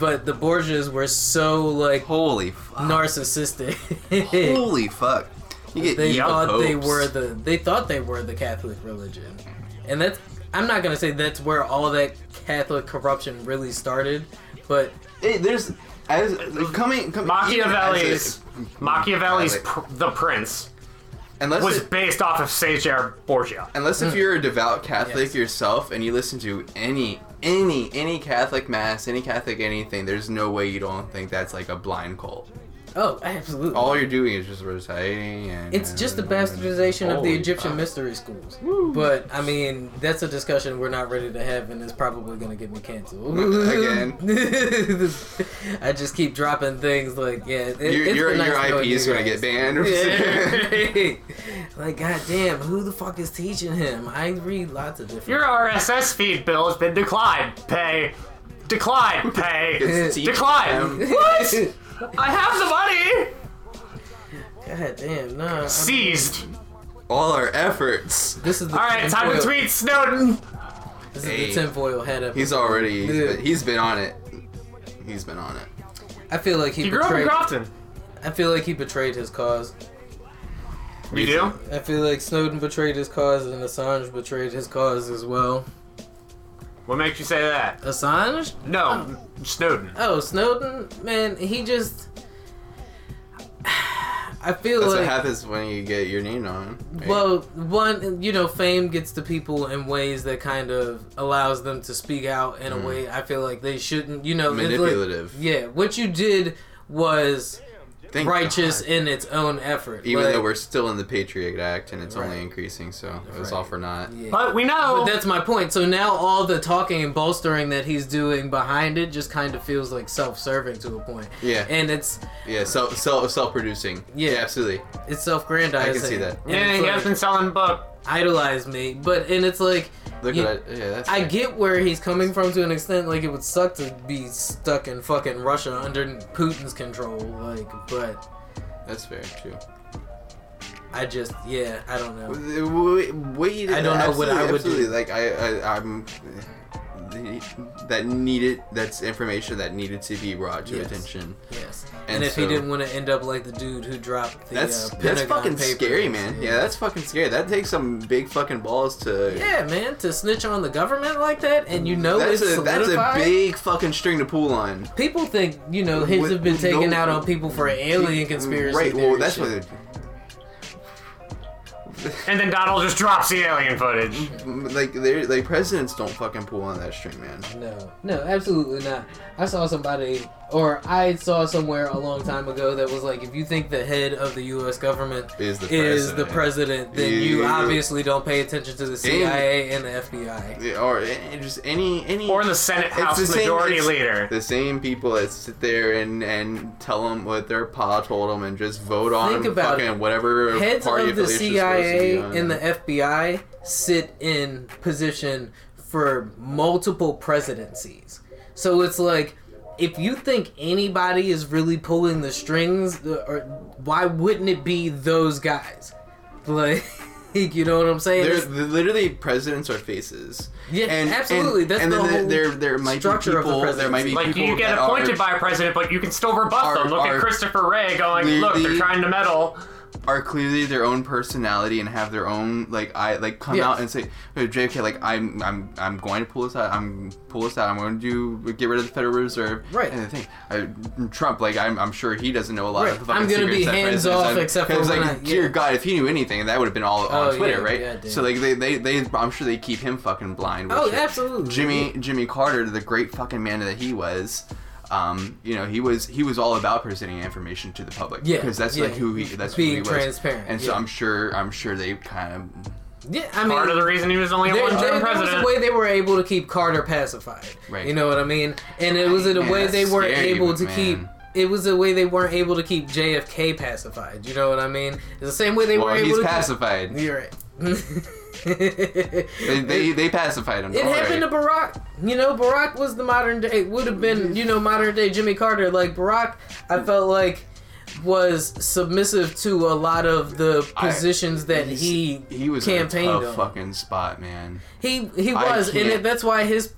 But the Borgias were so, like,
Holy fuck.
narcissistic.
Holy fuck. You get
they
evil
thought they
popes.
were the they thought they were the Catholic religion, and that's I'm not gonna say that's where all that Catholic corruption really started, but
It, there's as coming, coming even as
Machiavelli's
a-
Machiavelli's
Valley.
pr- The Prince
unless
was
it-
based off of Cesar Borgia.
unless if you're a devout Catholic
Hmm. Yes.
yourself and you listen to any any any Catholic mass, any Catholic anything, there's no way you don't think that's like a blind cult.
oh, absolutely,
All you're doing is just reciting and
it's just the bastardization of the
Holy
Egyptian
fuck.
mystery schools. But I mean, that's a discussion we're not ready to have, and it's probably gonna get me canceled
Again.
I just keep dropping things like yeah, it,
Your,
it's
your,
been nice
your
knowing
IP
you
is gonna
guys.
get banned.
Yeah. like, goddamn, who the fuck is teaching him? I read lots of different.
Your RSS feed bill has been declined. Pay. Decline. Pay.
It's
Decline.
TM.
What? I have the money.
goddamn, no. I'm-
Seized.
All our efforts.
This is the.
All right, time to
tinfoil-
tweet Snowden.
This
Hey.
is the tinfoil head up.
He's already he's
Yeah.
been, he's been on it. He's been on it.
I feel like he
You grew up in
betrayed.
Crofton.
I feel like he betrayed his cause.
You do?
I feel like Snowden betrayed his cause and Assange betrayed his cause as well.
What makes you say that?
Assange?
No, Snowden.
Oh, Snowden, man, he just. I feel
That's
like
what happens when you get your name on. right?
Well, one, you know, fame gets to people in ways that kind of allows them to speak out in a way I feel like they shouldn't, you know. it's like-
Mm. Manipulative.
yeah, what you did was
Thank
righteous
God.
in its own effort.
Even
like-
though we're still in the Patriot Act and it's only
Right.
increasing, so it was
Right.
all for naught.
Yeah.
But we know.
But that's my point. So now all the talking and bolstering that he's doing behind it just kind of feels like self-serving to a point.
Yeah.
And it's
Yeah, self self self producing.
Yeah.
absolutely.
it's self-grandizing.
I can see that.
And
yeah,
it's
he has
like,
been selling book.
idolize me, but and it's like
Look
you-
at that. Yeah, that's
I get where he's coming from to an extent. Like it would suck to be stuck in fucking Russia under Putin's control. Like, but
that's fair too.
I just yeah, I don't know.
Wait, wait,
I don't know what I would
absolutely,
do.
Like I, I I'm that needed that's information that needed to be brought to
Yes.
attention.
Yes, and,
And
if he
so-
didn't want to end up like the dude who dropped the
That's
uh,
that's
Pentagon
fucking
papers.
scary, man. Yeah. that's fucking scary. That takes some big fucking balls to.
Yeah, man, to snitch on the government like that, and you know
That's
it's
a that's a
solidified.
big fucking string to pull on.
People think you know his
With
have been taken
no-
out on people for alien conspiracy.
Right. Well,
theory
that's
shit.
what.
And then Donald just drops the alien footage.
Like they like presidents don't fucking pull on that string, man.
No, no, absolutely not. I saw somebody, or I saw somewhere a long time ago that was like, if you think the head of the U.S. government
Is the
is the
president.
president, then you
You-
obviously don't pay attention to the CIA and the FBI.
Yeah, Or a- eh, just any any
Or the Senate
It's
House
the same-
Majority
it's
Leader.
The same people that sit there and and tell them what their pa told them and just vote on
Think about
fucking
it.
whatever
Heads
party
of the
affiliation it's supposed to
CIA
be on.
and the FBI sit in position for multiple presidencies. So it's like, if you think anybody is really pulling the strings, uh, or why wouldn't it be those guys? Like, you know what I'm saying?
They're,
It's-
they're literally presidents are faces.
Yeah, absolutely. That's
and
the
then
whole
there, there, there might be
structure of the
people. there might be
presidency.
Like
people
you get
that are-
appointed by a president, but you can still rebuff
are-
them. Look
are-
at Christopher Wray going,
the-
"Look,
the-
they're trying to meddle."
are clearly their own personality and have their own like I like come
Yes.
out and say "Hey, JFK like I'm I'm I'm going to pull this out I'm pull this out I'm going to do get rid of the Federal Reserve
Right.
and the thing I, Trump like I'm, I'm sure he doesn't know a lot
Right.
of the fucking
I'm gonna
secrets
be
that
hands
presidents-
off except for
because,
when
like
I-
dear
yeah.
God if he knew anything that would have been all on
Oh,
Twitter
yeah,
right
yeah, dude.
so like they, they they I'm sure they keep him fucking blind which
Oh,
is-
absolutely.
Jimmy Jimmy Carter, the great fucking man that he was, um, you know, he was he was all about presenting information to the public.
Yeah,
because that's
yeah.
like who he that's
Being
who he was.
transparent,
And so
yeah.
I'm sure I'm sure they kind of
Yeah, I mean,
Part of the reason he was only a
There,
one
there,
term
there was
president.
a way they were able to keep Carter pacified.
Right.
You know what I mean? And it was in a
Man,
way
that's
they were
scary,
able to
man.
keep. It was a way they weren't able to keep JFK pacified. You know what I mean? It's the same way they
well
were able
he's
to.
pacified.
Keep, you're right.
They, they,
it
they pacified him.
it
don't
happened to
worry.
Barack. You know, Barack was the modern day. It would have been, you know, modern day Jimmy Carter. Like Barack, I felt like was submissive to a lot of the
I-
positions that
he's-
he
he was
campaigned
in a tough uh,
on.
fucking spot, man.
He he
I
was, and
can't-
it, that's why his.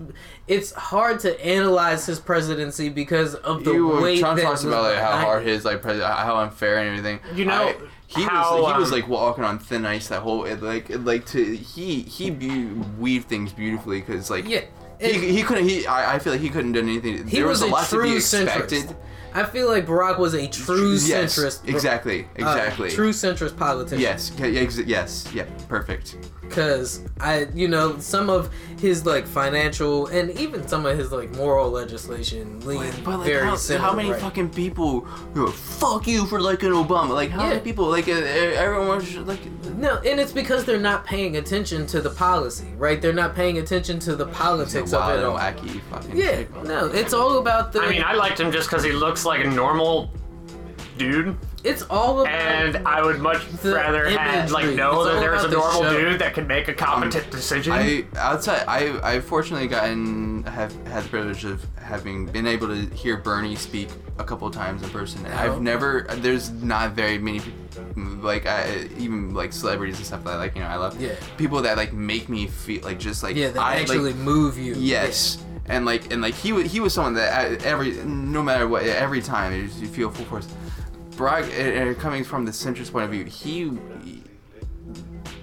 It's hard to analyze his presidency because of the
you
way
were Trump
that
talks
was
about like how
behind
hard
it.
his like pres- how unfair and everything.
You know,
I- he
how,
was he was
um,
like walking on thin ice that whole it, like it, like to he he be- weaved things beautifully because like
Yeah, and-
he, he couldn't he I, I feel like he couldn't do anything.
He
there
was
was,
a
a lot to
true
be
centrist.
expected.
I feel like Barack was a true
yes,
centrist.
exactly,
uh,
exactly.
true centrist politician.
Yes, ca- ex- yes, yeah, perfect.
because I, you know, some of his like financial and even some of his like moral legislation lean
But like,
very
how,
similar.
how many
right.
fucking people who are, fuck you for liking Obama? Like, how
Yeah.
many people like uh, everyone was just, like
No, and it's because they're not paying attention to the policy, right? They're not paying attention to the politics of
wild
it
and
all.
wacky fucking
Yeah,
people.
no, it's all about the.
I mean, I liked him just because he looks like a normal dude,
it's all about.
and I would much
The
rather had like
imagery.
know
It's all
that there's a
about the
normal
show.
dude that can make a competent decision.
Um, I outside I I fortunately gotten have had the privilege of having been able to hear Bernie speak a couple times in person. And I've
okay.
never there's not very many like I, even like celebrities and stuff that like you know I love
Yeah.
people that like make me feel like just like
yeah, they
I like,
actually move you.
Yes. And like and like he was he was someone that I- every no matter what every time it was- you feel full force. Bragg, uh, uh, coming from the centrist point of view, he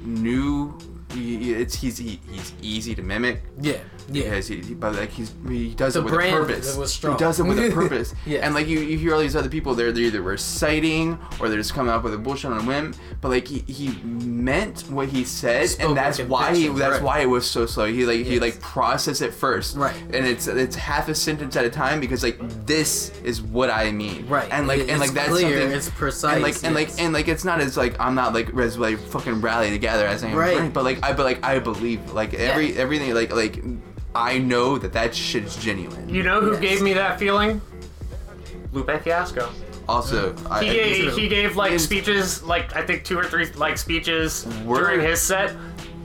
knew he- it's he's he, he's easy to mimic.
Yeah, yeah.
Because he, he- but like he's he does
The
it with a
brand
purpose.
that was strong.
He does it with a purpose.
Yeah.
And like you, you hear all these other people, they're, they're either reciting or they're just coming up with a bullshit on a whim. But like he, he meant what he said,
Spoke
and that's
with
why he,
conviction,
that's
right.
why it was so slow. He like he
Yes.
like processed it first.
Right.
And it's it's half a sentence at a time because like this is what I mean.
Right.
And like
It-
and like
it's
that's
clear,
something.
it's precise,
And like
yes.
and like and like it's not as like I'm not like res like fucking rally together as I am.
Right.
Bernie, But like I but like I believe like every everything like like I know that that shit is genuine.
you know who
Yes.
gave me that feeling? Lupe Fiasco.
Also, I,
He gave, he gave like
It's-
speeches, like I think two or three like speeches
Word.
during his set.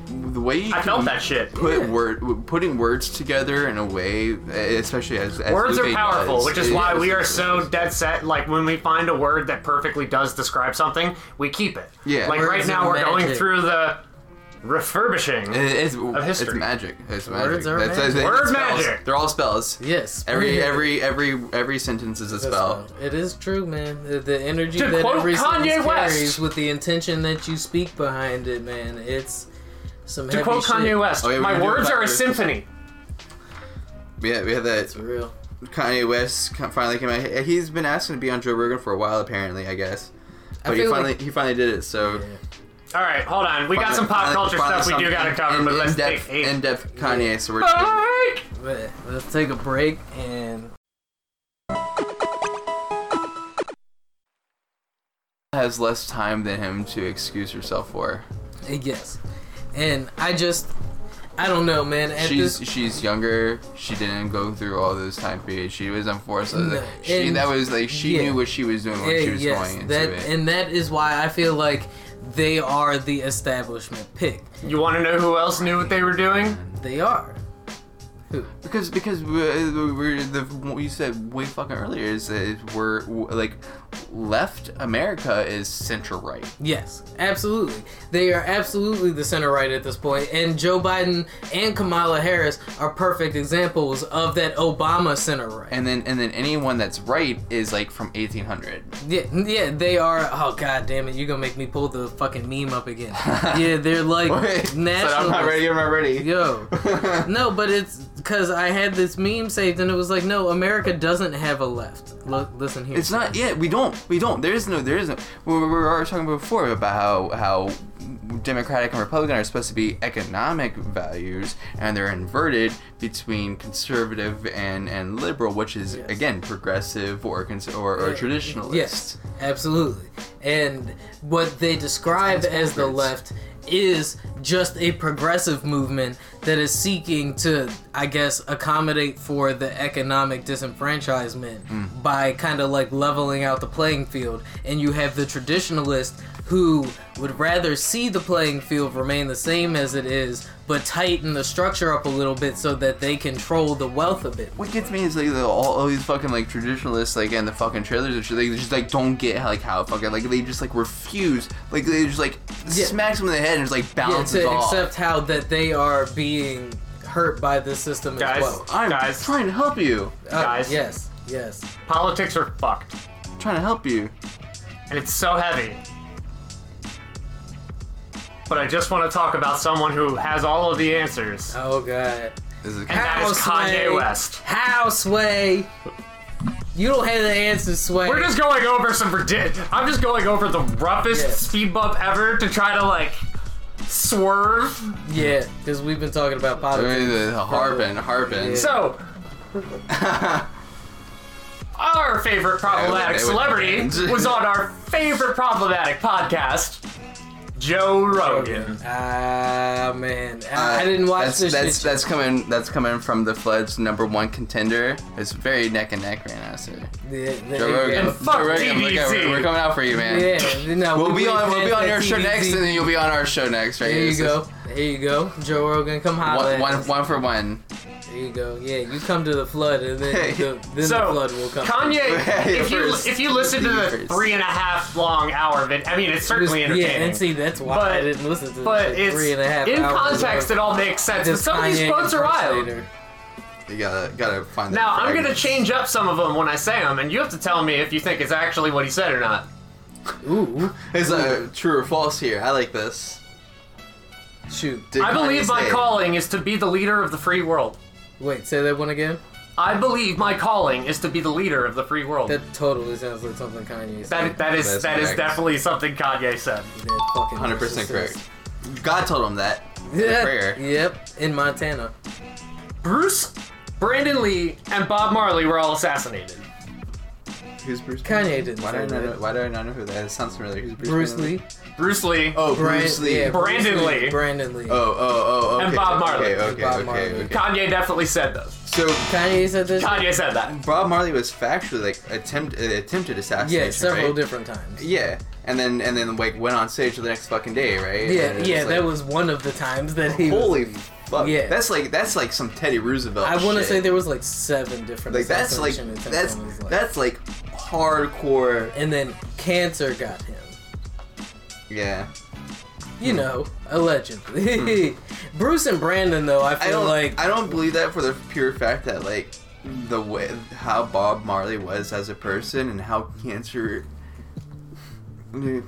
the way you
I felt
can
that shit.
Put
Yeah.
word, putting words together in a way, especially as, as
Words are
Lupe
powerful,
does,
which is
it-
why we are so dead set. Like when we find a word that perfectly does describe something, we keep it.
Yeah.
Like right
Words
now,
are
we're going
magic.
through the refurbishing.
It- It's, it's
history.
magic. It's magic.
Words are
That's-
magic.
that's-
Word
it's spells.
magic.
They're all spells.
Yes.
Every every every every sentence is a
That's
spell.
right. It is true, man. The, the energy
To
that
quote
every sentence
Kanye West.
carries with the intention that you speak behind it, man. It's some
to
heavy
quote
shit.
Kanye West,
Oh, yeah, we
my
can do it
words are a
backwards.
symphony.
We had, we had that
It's real.
Kanye West co- finally came out. He- He's been asking to be on Joe Rogan for a while, apparently. I guess, but he
feel
finally
like-
he finally did it. So
All right, hold on. We got some pop
Finally-
culture
finally
stuff we do
Uh, some
gotta cover,
in-
but let's take
in-depth-
eight.
in-depth Kanye. So we're
Ah.
Break!
But let's take a break and
has less time than him to excuse herself for.
uh, yes, and I just I don't know, man. At
she's
this,
she's younger. She didn't go through all those time periods. She was unfortunate.
No,
she
and-
that was like she
yeah.
knew what she was doing when
Yeah,
she was
yes,
going into
that,
it.
And that is why I feel like they are the establishment pick.
You want to know who else knew what they were doing?
They are.
because uh, because we're, we're the you said way fucking earlier is that we're like left America is center right.
Yes, absolutely. They are absolutely the center right at this point, and Joe Biden and Kamala Harris are perfect examples of that Obama center right.
And then and then anyone that's right is like from 1800.
Yeah, yeah, they are. Oh god damn it, you're gonna make me pull the fucking meme up again. yeah, they're like
Wait, so I'm not
nationalists.
ready. I'm not ready.
Yo, no, but it's because I had this meme saved, and it was like, no, America doesn't have a left. Look, listen here.
It's not. Yeah, we don't. We don't. There is no. There is no. We we were already talking before about how how Democratic and Republican are supposed to be economic values, and they're inverted between conservative and and liberal, which is
Yes.
again progressive or cons- or, or traditionalist.
Yes, absolutely. And what they describe as the left is just a progressive movement that is seeking to, I guess, accommodate for the economic disenfranchisement by kind of like leveling out the playing field. And you have the traditionalist who would rather see the playing field remain the same as it is, but tighten the structure up a little bit so that they control the wealth a bit.
What gets me is like the, all, all these fucking like traditionalists like and the fucking trailers and shit. They just like don't get like how fucking like they just like refuse. Like they just like
Yeah.
smacks them in the head and just like
Yeah,
bounces
to
off.
accept how that they are being hurt by this system
Guys.
as well.
I'm
Guys.
trying to help you.
Uh,
Guys.
Yes, yes.
Politics are fucked,
I'm trying to help you.
and it's so heavy. But I just want to talk about someone who has all of the answers, and
Oh god.
This is
that is
Sway.
Kanye West.
How Sway? You don't have the answer, Sway.
We're just going over some ridiculous. I'm just going over the roughest
Yeah.
speed bump ever to try to like swerve.
yeah, because we've been talking about
I mean,
politics.
the harping, harping.
Yeah.
So, our favorite problematic
they would-
celebrity was on our favorite problematic podcast, Joe Rogan.
Ah man,
Uh,
I, I didn't watch
that's,
this.
That's
shit.
that's coming. That's coming from the Flood's number one contender. It's very neck and neck right now, sir.
Yeah, there
Joe
you go.
Rogan.
And fuck
Joe Rogan, look out,
DBZ.
we're, we're coming out for you, man.
Yeah, no,
We'll
we-
be
we
on. We'll
passed
be on
that
your show
TBT.
next, and then you'll be on our show next, right?
There you
It's just
go. There you go. Joe Rogan, come holler.
One,
at
one,
us.
one for one.
There you go. Yeah, you come to the flood, and then
Hey.
the, then the
So,
flood will come.
Kanye, if you
First.
if you listen to the three and a half long hour vid, I mean, it's certainly
Just- yeah, and
entertaining.
see, that's why I
But-
didn't listen to
But
the
it's
three and a half
in
hours
context,
of
it all makes sense. But
this
some of these
Kanye
quotes are wild.
impersonator.
You gotta gotta find. that
Now I'm gonna
fragment.
change up some of them when I say them, and you have to tell me if you think it's actually what he said or not.
Ooh,
It's a true or false here. I like this.
shoot.
Did
I believe
Kanye
my
say-
calling is to be the leader of the free world.
Wait, say that one again.
I believe my calling is to be the leader of the free world.
That totally sounds like something Kanye
that,
said.
that is
That's
that is
correct.
definitely something Kanye said.
That fucking
100% correct.
narcissist.
God told him that. in a
Yeah,
prayer.
yep, in Montana.
Bruce, Brandon Lee, and Bob Marley were all assassinated.
Who's Bruce?
Kanye didn't
Why do
say
I not know?
that.
Why do I not know who that is? Sounds familiar. Who's Bruce?
Bruce
Brandon
Lee.
Bruce Lee.
Oh,
Brian-
Bruce Lee.
yeah,
Brandon
Bruce
Lee.
Brandon Lee.
Oh, oh, oh, okay.
And Bob Marley.
Okay, okay,
Bob
okay,
Marley.
okay.
Kanye definitely said those.
So
Kanye said this.
Kanye said that.
Bob Marley was factually like attempt uh, attempted assassination.
Yeah, several
right?
different times.
Yeah, and then and then like went on stage the next fucking day, right? And
Yeah,
it
yeah,
like,
that was one of the times that he. was-
holy fuck.
Yeah.
that's like that's like some Teddy Roosevelt.
I want to
shit.
say there was like seven different
like that's like
assassination attempts
that's
on his life.
that's like hardcore.
and then cancer got him.
Yeah,
You
Hmm.
know, allegedly. Bruce and Brandon, though, I
I
feel
don't
like
I don't believe that for the pure fact that like the way how Bob Marley was as a person and how cancer. Dude.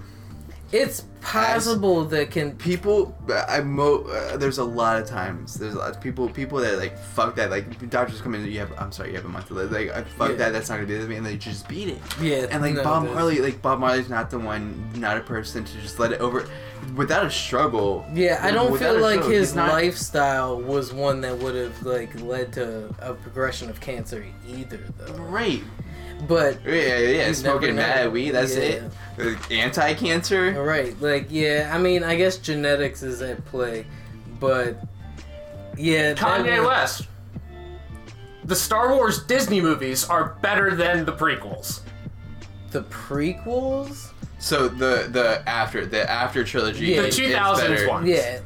it's possible that can.
people I mo uh, there's a lot of times there's a lot of people people that like fuck that like doctors come in you have I'm sorry you have a month to live like uh, fuck
Yeah.
that that's not gonna do this to me and they just beat it
Yeah,
and like
no,
Bob
the-
Marley like Bob Marley's not the one not a person to just let it over without a struggle
Yeah, I don't
without
feel
a
like
struggle,
his
he's not-
lifestyle was one that would have like led to a progression of cancer either, though.
right
But
yeah yeah, yeah.
You
smoking
never know.
mad weed that's
Yeah.
it anti cancer
all right, like yeah, I mean, I guess genetics is at play, but yeah, that
Kanye
was-
West. The Star Wars Disney movies are better than the prequels.
the prequels.
so the the after the after trilogy
Yeah.
is-
The
is
2000s
better.
one.
Yeah.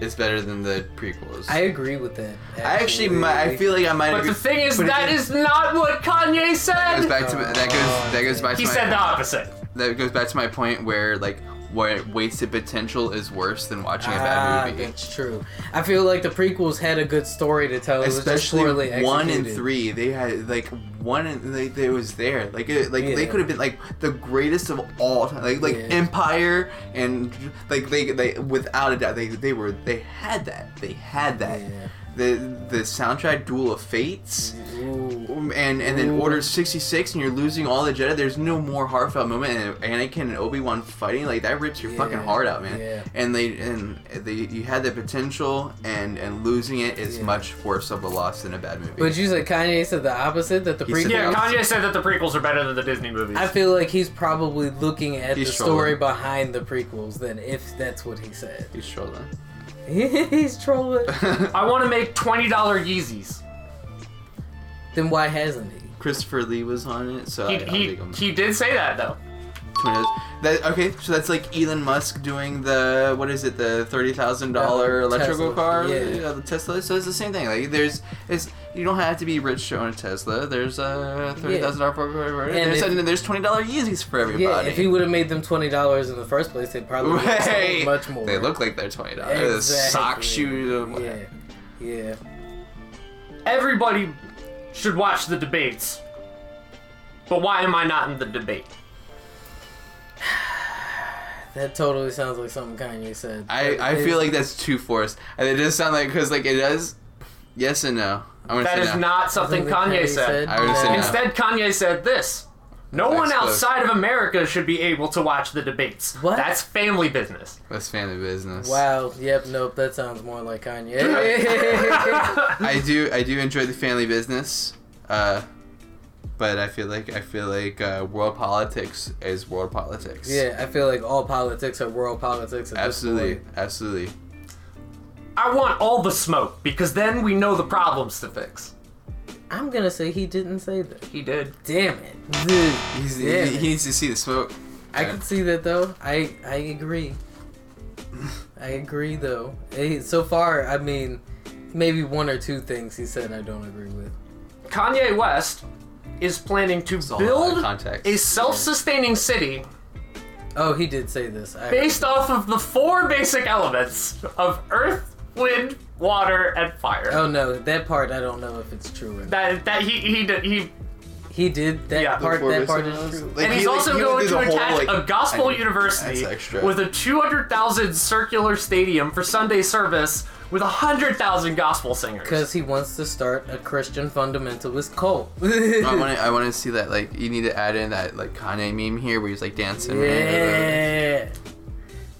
It's better than the prequels.
I agree with that.
I actually, might, I feel like I might.
But
agree-
the thing is,
but
that
again,
is not what Kanye
that goes
said.
back to that goes that goes back
Oh, He
to my,
said the opposite.
that goes back to my point where like where wasted potential is worse than watching a
Ah,
bad movie.
that's true. I feel like the prequels had a good story to tell. It was just poorly
Especially one and
executed.
three, they had like one and they, they was there. Like it, like they
Yeah.
could have been like the greatest of all time. Like like
Yeah.
Empire and like they they without a doubt they they were they had that they had that.
Yeah. Mm-hmm.
The the soundtrack Duel of Fates.
Ooh.
Um, and and then Order 66 and you're losing all the Jedi, there's no more heartfelt moment and Anakin and Obi-Wan fighting like that rips your
Yeah,
fucking heart out, man.
yeah.
And they and they you had the potential and and losing it is
Yeah.
much worse of a loss than a bad movie.
But you said Kanye said the opposite that the
He said
prequels.
the
Yeah, Kanye said that the prequels are better than the Disney movies.
I feel like he's probably looking at
He's
the story
trolling.
behind the prequels than if that's what he said.
He's trolling.
he's trolling.
I want to make twenty dollar Yeezys.
then why hasn't he?
Christopher Lee was on it, so
He,
I don't
he,
think I'm
he did say that though.
Who knows? That, okay, so that's like Elon Musk doing the what is it, the thirty thousand dollar
Uh,
electrical
Tesla,
car,
yeah.
uh, the Tesla. So it's the same thing. Like there's, it's you don't have to be rich to own a Tesla. There's a thirty thousand dollar car.
And
There's,
if-
and there's twenty dollar Yeezys for everybody.
Yeah, if he would have made them twenty dollars in the first place, they probably would have
Right.
sold much more.
They look like they're twenty dollars.
exactly.
Sock shoes.
Yeah, yeah.
Everybody should watch the debates. But why am I not in the debate?
That totally sounds like something Kanye said.
I, I
It's-
feel like that's too forced. And it does sound like because like it does. Yes and no. I'm gonna
That
say
is
no.
not something Kanye, said.
I would say
that-
no.
Instead, Kanye said this. No
That's
one
close.
outside of America should be able to watch the debates.
What?
That's family business.
That's family business.
Wow. Yep. Nope. That sounds more like Kanye.
I do I do enjoy the family business, uh, but I feel like I feel like uh, world politics is world politics.
yeah, I feel like all politics are world politics. At
absolutely,
This point.
absolutely.
I want all the smoke because then we know the problems to fix.
I'm gonna say he didn't say that.
He did.
Damn it. Dude.
He's,
Yeah.
he, he needs to see the smoke.
I can see that though. I I agree. I agree though. Eh, So far, I mean, maybe one or two things he said I don't agree with.
Kanye West is planning to
all out
build
of context.
a self-sustaining city
Oh, he did say this. I,
based off of the four basic elements of earth, wind, water, and fire.
oh no, that part I don't know if it's true or not.
That that he he did- he
He did that
Yeah.
part.
Before
That
we
part
said
is
that.
true.
Like,
and
he,
he's
like,
also
he
going
did
to
the whole,
attach
like-
a gospel
I know.
university
That's extra.
with a 200,000 circular stadium for Sunday service with 100,000 gospel singers.
Because he wants to start a Christian fundamentalist cult.
I want to I want to see that like you need to add in that like Kanye meme here where he's like dancing.
yeah.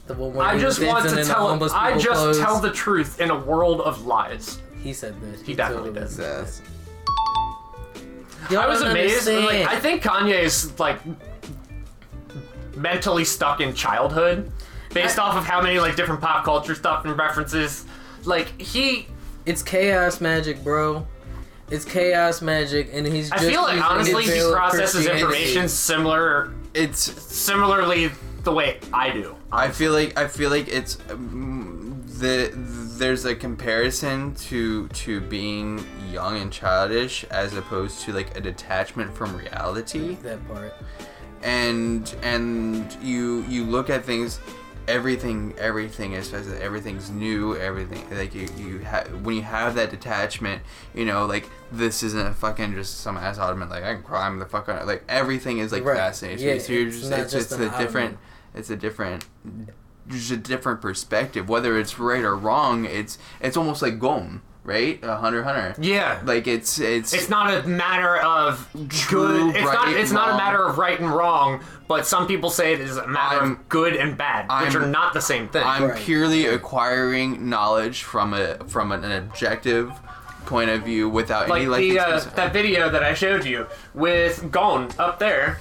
The one where
I
he
just
was
want
dancing
to
in the
tell
homeless
I
people
just
clothes.
tell the truth in a world of lies.
He said that. He,
definitely
totally
did.
said
That's-
that. Y'all
I was
don't
amazed. but, Like,
understand.
I think Kanye is like mentally stuck in childhood based off of how many like different pop culture stuff and references. Like he
It's chaos magic, bro. It's chaos magic, and he's.
I
just
feel like
using
honestly
his
he
veil of
processes
Christianity.
information similar
It's
similarly the way I do.
I feel like I feel like it's um, the there's a comparison to to being young and childish as opposed to like a detachment from reality.
That part.
and and you you look at things everything everything especially everything's new everything like you you have when you have that detachment you know like this isn't a fucking just some ass ottoman like i can climb the fuck on it like everything is like
Right.
fascinating
Yeah,
so you're
it's
just
not
it's,
just
it's
an
a different
ottoman.
it's a different just a different perspective whether it's right or wrong it's it's almost like gone right a hunter hunter
Yeah.
like it's it's
It's not a matter of
True,
good. It's not.
right,
It's not a
wrong.
matter of right and wrong. But some people say it is a matter
I'm-
of good and bad, which
I'm-
are not the same thing.
I'm
Right.
purely acquiring knowledge from a from an, an objective point of view without
like
any like
the uh,
it's-
that video that I showed you with Gon up there,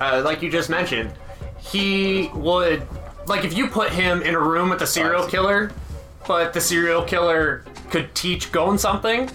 uh, like you just mentioned, he would like if you put him in a room with a serial killer, but the serial killer could teach Gon something.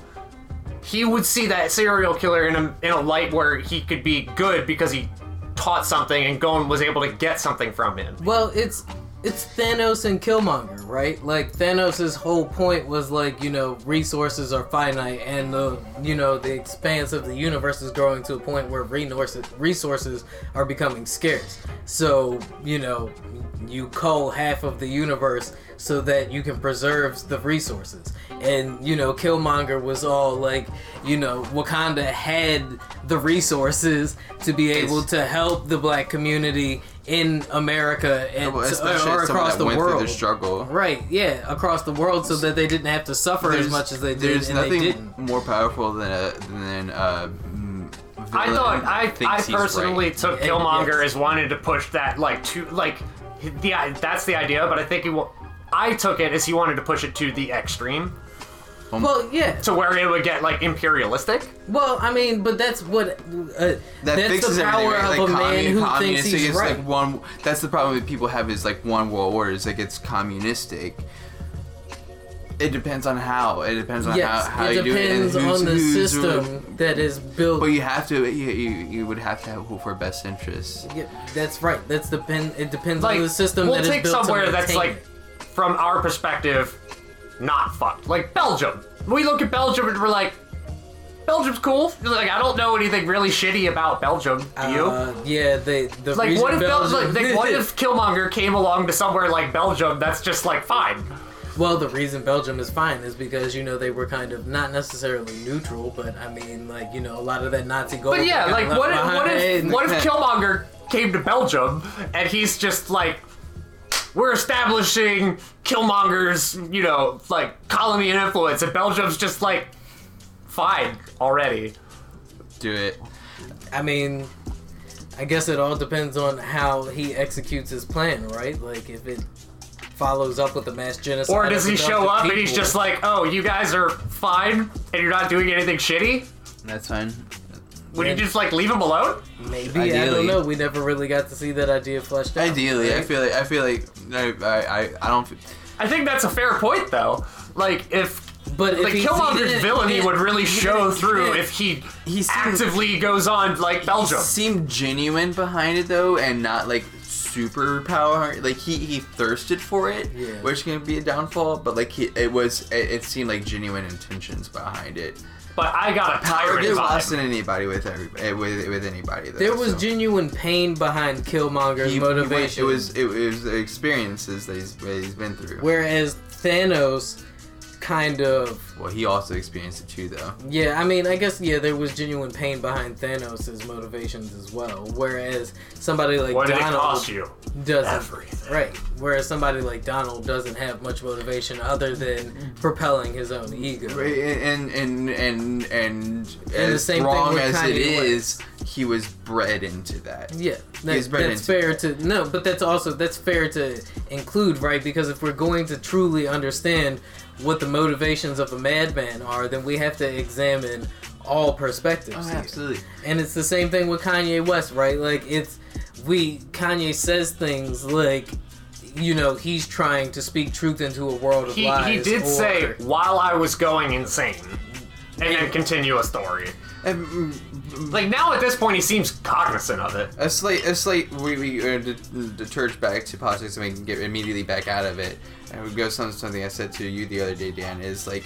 He would see that serial killer in a in a light where he could be good because he taught something and Gon was able to get something from him.
Well, it's it's Thanos and Killmonger, right? Like Thanos' whole point was like, you know, resources are finite, and the you know the expanse of the universe is growing to a point where resources resources are becoming scarce. So you know, you cull half of the universe so that you can preserve the resources. And you know, Killmonger was all like, you know, Wakanda had the resources to be able to help the black community in America and
Well,
to-
especially
or
someone
across
that
the
went through
world.
the struggle.
Right, yeah, across the world, so that they didn't have to suffer as much as they did,
There's
and
nothing
they didn't.
more powerful than a than a. mm,
I
villain
thought I,
thinks
I
he's right.
personally took
Yeah,
Killmonger
yes.
as wanting to push that like to like yeah that's the idea, but I think he will. I took it as he wanted to push it to the extreme
Well, yeah.
to where it would get like imperialistic.
Well, I mean, but that's what uh,
that
that's
fixes
the
everything,
power
right?
of
like
a
communi-
man who
communist,
thinks he's
it's
right.
like one. That's the problem that people have is like one world order. Is like it's communistic. It depends on how. It depends on
yes,
how, how
it
you do it. and
depends
who's-
on the
who's-
system that is built.
But you have to. You, you, you would have to have hope for best interests.
Yeah, that's right. That's depend. It depends
Like
on the system
we'll
that is
take
built to
somewhere that's
maintain
like
it.
from our perspective not fucked, like Belgium. We look at Belgium and we're like. Belgium's cool. Like I don't know anything really shitty about Belgium. Do you?
Uh, yeah, they the
Like
reason
what if Belgium,
Belgium
like, what if Killmonger came along to somewhere like Belgium that's just like fine?
Well, the reason Belgium is fine is because you know they were kind of not necessarily neutral, but I mean, like you know, a lot of that Nazi gold.
But yeah,
got
like
left
what if what if
behind.
what if Killmonger came to Belgium and he's just like we're establishing Killmonger's, you know, like colony and influence and Belgium's just like fine already.
Do it.
I mean, I guess it all depends on how he executes his plan, right? Like if it follows up with the mass genocide,
Or does
of
he
a bunch
show
of
up and he's
people.
just like, "Oh, you guys are fine and you're not doing anything shitty?"
That's fine.
Would you
Yeah.
just like leave him alone?
maybe I don't
Ideally.
know. We never really got to see that idea fleshed out.
Ideally, I
right?
feel like I feel like I I, I, I don't. f-
I think that's a fair point though. Like if
but
Like
if he- he
Killmonger's
didn't-
villainy
he
would really
didn't
show
fit.
through if he,
He seemed-
actively goes on like Belgium.
He seemed genuine behind it though, and not like super power. hungry. Like he he thirsted for it,
Yeah.
which can be a downfall. But like he, it was, it, it seemed like genuine intentions behind it.
But I got a
Power
tyrant
there
vibe.
wasn't anybody with everybody with, with anybody. Though,
There was
so.
genuine pain behind Killmonger's
He- he went-
motivation.
it was it was the experiences that he's, that he's been through.
whereas Thanos kind of
well, he also experienced it too, though.
Yeah, I mean, I guess yeah, there was genuine pain behind Thanos' motivations as well. Whereas somebody like
What did it
Donald
cost you?
doesn't
Everything.
right. Whereas somebody like Donald doesn't have much motivation other than propelling his own ego.
And and and and,
the
as
same thing
wrong
with
as
Kanye
it is,
West.
he was bred into that.
Yeah,
He's
that,
bred
that's
into
fair to no, but that's also that's fair to include, right? Because if we're going to truly understand what the motivations of a madman are, then we have to examine all perspectives.
Oh,
here.
absolutely.
And it's the same thing with Kanye West, right? Like it's we Kanye says things like you know, he's trying to speak truth into a world of
He,
lies.
he did
or-
say while I was going insane, and then continue a story.
And
Like now at this point, he seems cognizant of it.
a slight, a slight. We we uh, d- deterge back to politics, and we can get immediately back out of it. And we go some something I said to you the other day, Dan, is like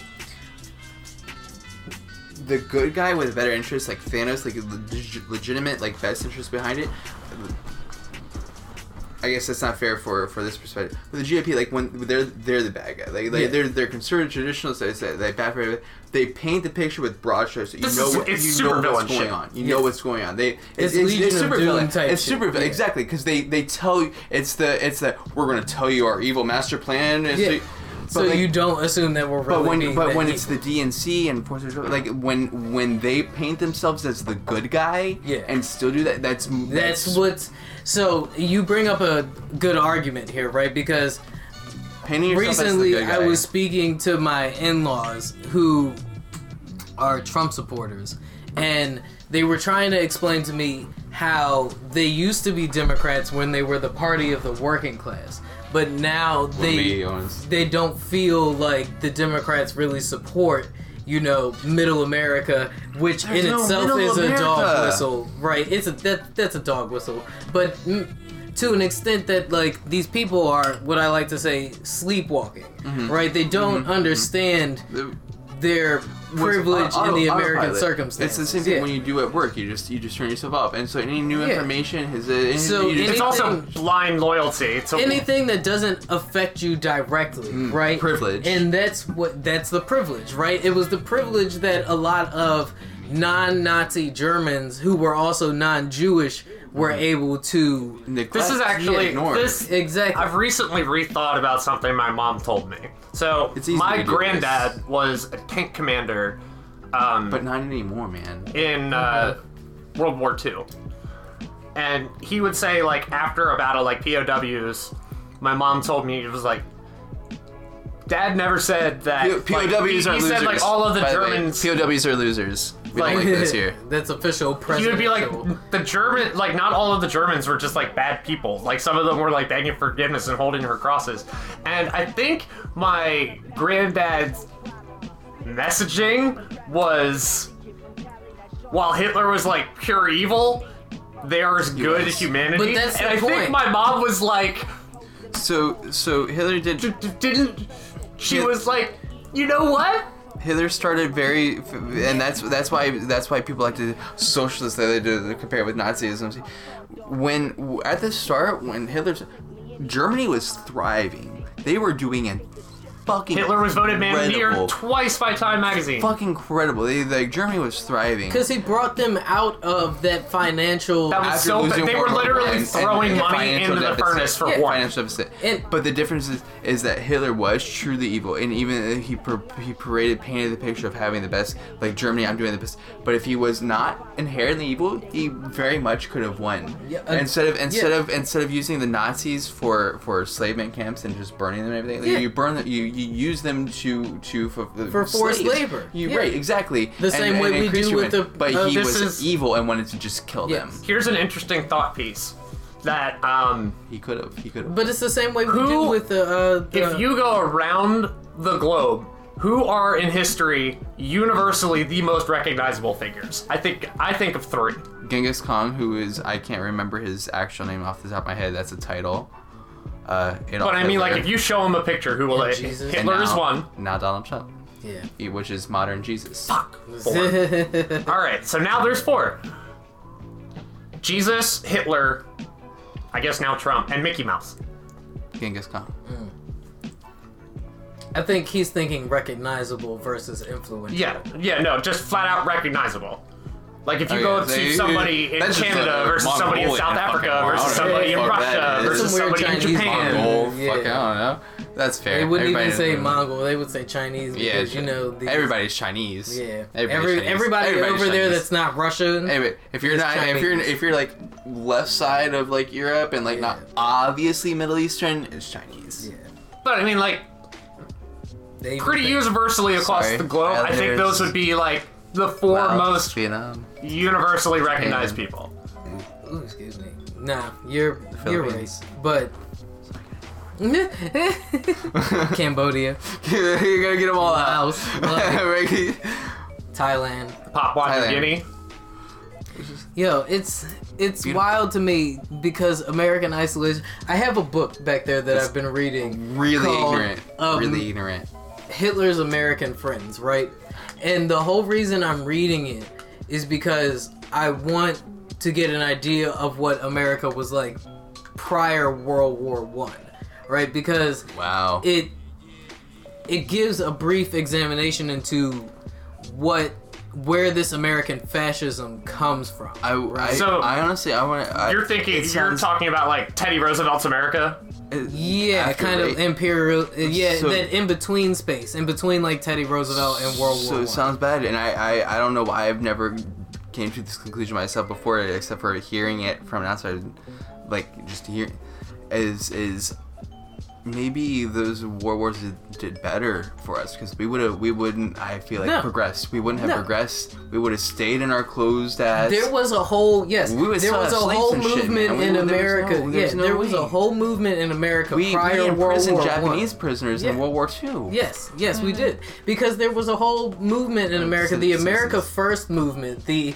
the good guy with better interests, like Thanos, like leg- legitimate, like best interest behind it. I guess that's not fair for for this perspective. But the GOP, like when they're they're the bad guy, like, like
Yeah.
they're they're conservative traditionalists. They say they bad for They paint the picture with broad strokes. So you
This
know
is-
what
it's
you know
supervillain
what's going
shit.
on. You know what's going on. They
It's Legion of
super
Doom
villain
type
It's
shit,
super villain
yeah.
exactly because they they tell you it's the it's the we're gonna tell you our evil master plan. And
Yeah.
so, but
So
like-
you don't assume that we're really
but when
being
but
that
when it's
evil.
the DNC and Force of Dro- like when when they paint themselves as the good guy
Yeah.
and still do that that's
That's what's so you bring up a good argument here, right? Because
painting yourself
recently
as the good
I
guy.
was speaking to my in-laws who are Trump supporters and they were trying to explain to me how they used to be Democrats when they were the party of the working class, but now they
we owns-
they don't feel like the Democrats really support you know middle America, which
There's
in
no
itself
middle
is a dog
America.
whistle, right? It's a that that's a dog whistle, but. mm, to an extent that like these people are what I like to say sleepwalking,
Mm-hmm.
right? They don't understand their privilege in the American circumstance.
It's the same thing when you do at work. You just you just turn yourself up, and so any new
Yeah.
information is uh,
So
you just-
It's
any-
also
Anything-
blind loyalty. It's a,
anything that doesn't affect you directly, right?
Mm, privilege.
And that's what that's the privilege, right? It was the privilege that a lot of non-Nazi Germans who were also non-Jewish were
Mm.
able to
This is
neglect,
actually
ignore.
this.
exactly.
I've recently rethought about something my mom told me. So
It's easy
my
to do
granddad was a tank commander um,
but not anymore, man.
in uh, World War II, and he would say like after a battle, like POWs. My mom told me it was like. Dad never said that.
P- POWs
like, he,
are
he
losers.
said like all of the
by way.
Germans.
POWs are losers. We
Like-
don't like this here.
that's official
he would
president.
be like the German like not all of the Germans were just like bad people. Like some of them were like begging forgiveness and holding her crosses. And I think my granddad's messaging was while Hitler was like pure evil, there's good
Yes.
But
humanity.
that's
and
the
I think
point.
my mom was like
So so Hitler did
d- d- didn't she
Yeah.
was like, you know what?
Hitler started very, and that's that's why that's why people like to socialist that they do to compare it with Nazism. When at the start, when Hitler's Germany was thriving, they were doing it fucking
Hitler was voted man of the year
incredible.
twice by Time magazine.
fucking incredible. They like Germany was thriving.
because he brought them out of that financial.
That was
After
so
losing
bad. They
World
were
War
literally
One and-
throwing
and
money
financial
into the
deficit.
furnace for
Yeah.
war.
Financial deficit.
And-
but the difference is, is that Hitler was truly evil, and even he par- he paraded, painted the picture of having the best, like Germany, I'm doing the best. But if he was not inherently evil, he very much could have won.
Yeah, uh,
instead of instead
yeah.
of instead of using the Nazis for for enslavement camps and just burning them and everything,
Yeah.
you burn them, you you use them to to for,
For forced labor.
You
Yeah.
right exactly
The
And-
same
and
way we
increase
do
your
with
win.
the-
But
uh,
he
this
was
is-
evil and wanted to just kill
Yes.
them.
Here's an interesting thought piece that um,
He could have. He could have.
but it's the same way we
Who-
do with the. Uh, the
if you go around the globe, who are in history universally the most recognizable figures? I think I think of three.
Genghis Khan, who is I can't remember his actual name off the top of my head. That's a title. Uh,
But I mean, like if you show him a picture, who will it?
Jesus.
Hitler is one.
Now Donald Trump,
yeah.
he- which is modern Jesus.
Four. All right, so now there's four. Jesus, Hitler, I guess now Trump, and Mickey Mouse.
Genghis Khan.
I think he's thinking recognizable versus influential.
Yeah, yeah, no, just flat out recognizable. Like if you
Oh,
go
yeah,
up
so
to
you-
somebody in
that's just
Canada
a
versus somebody in
Mongolian
South
fucking
Africa
moron.
versus
I don't know
somebody in
what the fuck
Russia
that is.
versus
Some weird
somebody in
Chinese
Japan.
Mongol.
Mongol.
Yeah.
Fuck, I don't know. That's fair.
They wouldn't
Everybody
even say
knows.
Mongol. They would say Chinese because
Yeah,
you know these,
everybody's Chinese.
Yeah,
Everybody's
Every, everybody
Chinese. Everybody's
over there
Chinese.
that's not Russian.
Anyway, if you're
It's
not, if you're,
Chinese.
if you're like left side of like Europe and like not
Yeah.
obviously Middle Eastern, it's Chinese.
yeah,
But I mean, like
they even
pretty
think-
universally across
Sorry.
the globe, I think
Others.
those would be like the four
Wow,
most
Vietnam.
universally recognized
Japan.
people.
Ooh, "Oh, excuse me. Nah, you're you're right,
Philippines.
but Cambodia,
you're gonna get them all out.
Laos, Malaysia,
Right?
Thailand.
Papua New
Thailand.
Guinea.
Yo, it's it's
Beautiful.
wild to me because American isolation. I have a book back there that I've been reading.
really
called,
ignorant.
um,
really ignorant.
Hitler's American Friends, right? And the whole reason I'm reading it is because I want to get an idea of what America was like prior World War One, right? Because
Wow.
it it gives a brief examination into what where this American fascism comes from.
I, I,
So-
I honestly, I want to.
You're thinking you're
sounds-
talking about like Teddy Roosevelt's America.
yeah,
After,
kind
right?
of imperial. uh, Yeah,
So-
that in between space, in between like Teddy Roosevelt and World
So
War.
it
One.
sounds bad, and I, I, I don't know why I've never came to this conclusion myself before, except for hearing it from an outside, like just hear, is is maybe those war wars did, did better for us because we would have we wouldn't I feel like
No.
progressed. We wouldn't have
No.
progressed. We would have stayed in our closed ass.
There was a whole yes.
We would
there
sell
was a
slaves
whole
and shit,
movement
man. We-
in
there was no-
America.
there was
yeah,
no
there was a
way.
whole movement in America
we,
prior
we
to World
imprisoned
War
Japanese
One.
prisoners in
Yeah.
World War Two.
Yes, yes,
Mm-hmm.
we did. Because there was a whole movement in America, the America First movement, the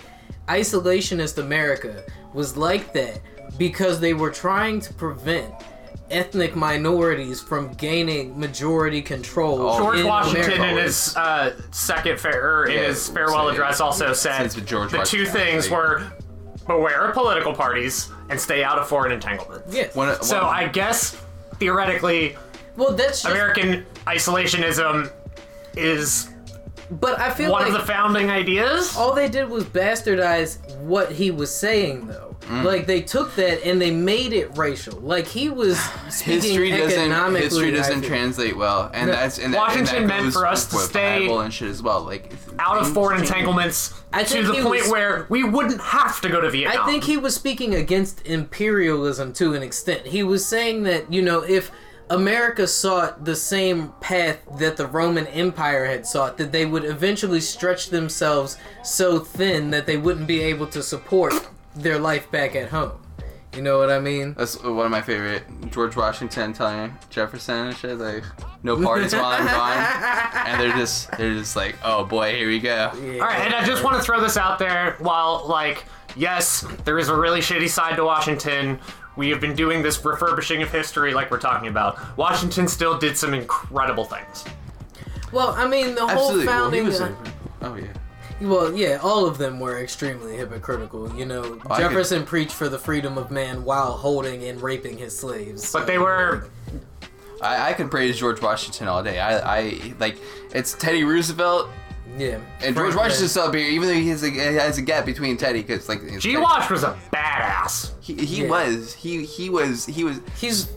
isolationist America was like that because they were trying to prevent ethnic minorities from gaining majority control.
Oh,
George
in
Washington
America.
in his uh, second fair, or in
Yeah,
his
we'll
farewell
say-
address also said
since George
the two
Washington,
things
like-
were beware of political parties and stay out of foreign entanglement.
Yeah.
One,
So
one-
I guess theoretically,
well, that's just,
American isolationism is
but I feel
one
like
of the founding ideas.
all they did was bastardize what he was saying though.
Mm.
Like they took that and they made it racial. Like he was speaking
history doesn't
economically.
history
I
doesn't
think.
translate well, and
No.
that's and that,
Washington
and that
meant
goes
for us to
with
stay
Bible and shit as well. Like
out of
things
foreign
change.
entanglements
I
to
think
the
he
point
was-
where we wouldn't have to go to Vietnam.
I think he was speaking against imperialism to an extent. He was saying that, you know, if America sought the same path that the Roman Empire had sought, that they would eventually stretch themselves so thin that they wouldn't be able to support their life back at home. You know what I mean?
That's one of my favorite George Washington telling Jefferson and shit like no parties while I'm gone, and they're just they're just like oh boy here we go.
All right, and I just want to throw this out there while, like, yes, there is a really shitty side to Washington. We have been doing this refurbishing of history like we're talking about. Washington still did some incredible things.
Well, I mean, the whole
Absolutely, well, he
founding.
was a- oh yeah.
Well, yeah, all of them were extremely hypocritical. You know,
Oh, I could-
Jefferson preached for the freedom of man while holding and raping his slaves.
But they were.
I, I can praise George Washington all day. I, I like it's Teddy Roosevelt
yeah,
and George
Franklin.
Washington's up here, even though he has a, he has a gap between Teddy because like it's
G
like-
Wash was a badass.
he, he
Yeah.
was he he was he was
He's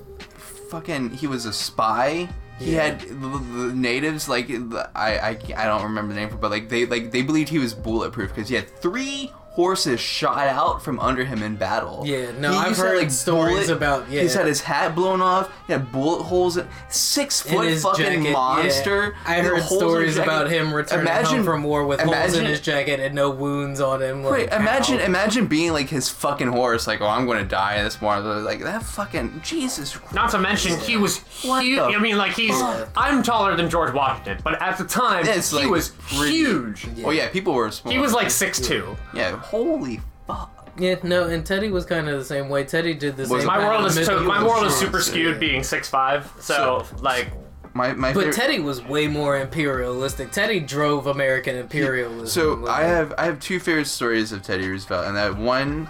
fucking he was a spy. He
Yeah.
had the, the natives like the- I, I I don't remember the name for, but like they like they believed he was bulletproof because he had three horses shot out from under him in battle.
Yeah, no,
He
I've
used to
heard
have,
stories about- yeah.
he's had his hat blown off. He had bullet holes. In, six
in
foot
his
fucking
jacket, yeah.
monster.
I
the
heard
holes in his
stories
jacket.
about him returning
Imagine-
home from war with holes in
imagine-
his jacket and no wounds on him. Like,
Wait, imagine,
ow.
imagine being like his fucking horse, like, oh, I'm gonna die this morning. Like that fucking Jesus. Christ.
Not to mention, he was
What
huge.
the
I mean, like, he's.
fuck?
I'm taller than George Washington, but at the time,
It's,
he
like,
was
pretty-
huge.
Oh yeah, people were small.
He was like 6'2.
yeah, holy fuck.
yeah, no, and Teddy was kind of the same way. Teddy did the
Was-
same.
My
kind
world
of
is to-
mythical
my world is
shit.
super skewed, being 6'5. So, like,
My my.
But
favorite-
Teddy was way more imperialistic. Teddy drove American imperialism.
So
like-
I have I have two favorite stories of Teddy Roosevelt, and that one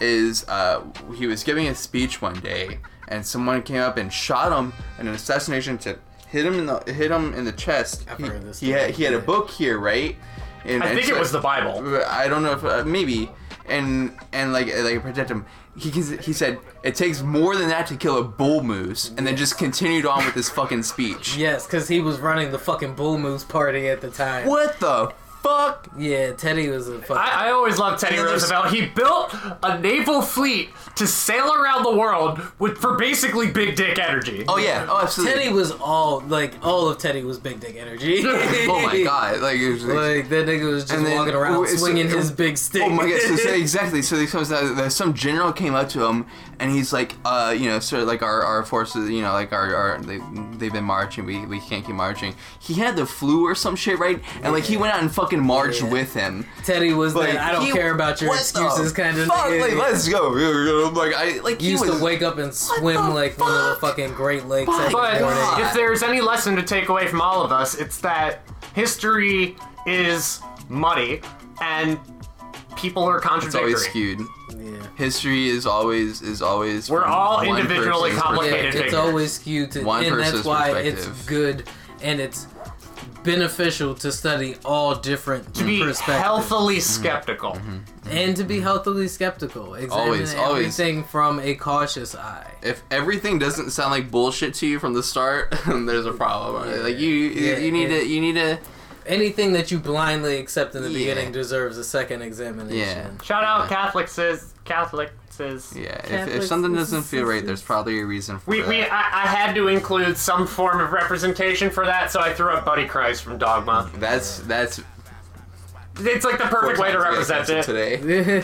is uh, he was giving a speech one day, and someone came up and shot him in an assassination attempt, hit him in the hit him in the chest.
I've
he,
heard this
he had he had a book here, right? And,
I
and
think it was the Bible.
I don't know if uh, maybe. And and like uh, like protect him. He he said it takes more than that to kill a bull moose, and then just continued on with his fucking speech.
Yes, because he was running the fucking Bull Moose party at the time.
What the fuck?
Yeah, Teddy was a fucking.
I, I always loved Teddy
Yeah, there's-
Roosevelt. He built a naval fleet to sail around the world with for basically big dick energy.
Oh yeah, oh absolutely.
Teddy was all like all of Teddy was big dick energy.
oh my god! Like, it was like,
Like that nigga was just
And then-
walking around
oh, it's-
swinging
it-
his big stick.
oh my god! So, so exactly. So he comes out. there's Some general came up to him, and he's like, uh, you know, sir, like our, our forces, you know, like our, our they they've been marching. We we can't keep marching. He had the flu or some shit, right? And like he went out and fucking marched
Yeah.
with him.
Teddy was
Like,
that I don't
he-
care about your
what the
excuses kind of
Fuck,
nigga.
like, let's go. Like I like he
used
was
to wake up and swim
the
like one of the
fuck?
fucking Great Lakes
Fuck.
every
But
morning.
God.
if there's any lesson to take away from all of us, it's that history is muddy and people are
It's always
contradictory.
skewed.
Yeah.
History is always is always.
We're
from
all
one
individually
person's
Yeah,
complicated.
perspective.
it's
figures.
always skewed to,
One
and that's
person's
why it's
perspective.
good and it's beneficial to study all different
To be
perspectives
healthily
Mm-hmm.
skeptical.
and to be healthily skeptical. Examine
Always, always.
everything from a cautious eye.
if everything doesn't sound like bullshit to you from the start, there's a problem. Like you,
Yeah,
you need
yeah.
to, you need to.
Anything that you blindly accept in the
Yeah.
beginning deserves a second examination.
Yeah.
Shout out Catholics is Catholics is
Yeah, if, if
Catholics,
something
this is-
doesn't feel right, there's probably a reason for
We,
that.
we I, I had to include some form of representation for that, so I threw up Buddy Christ from Dogma.
that's that's
It's like the perfect way to
we're
represent
canceled
it.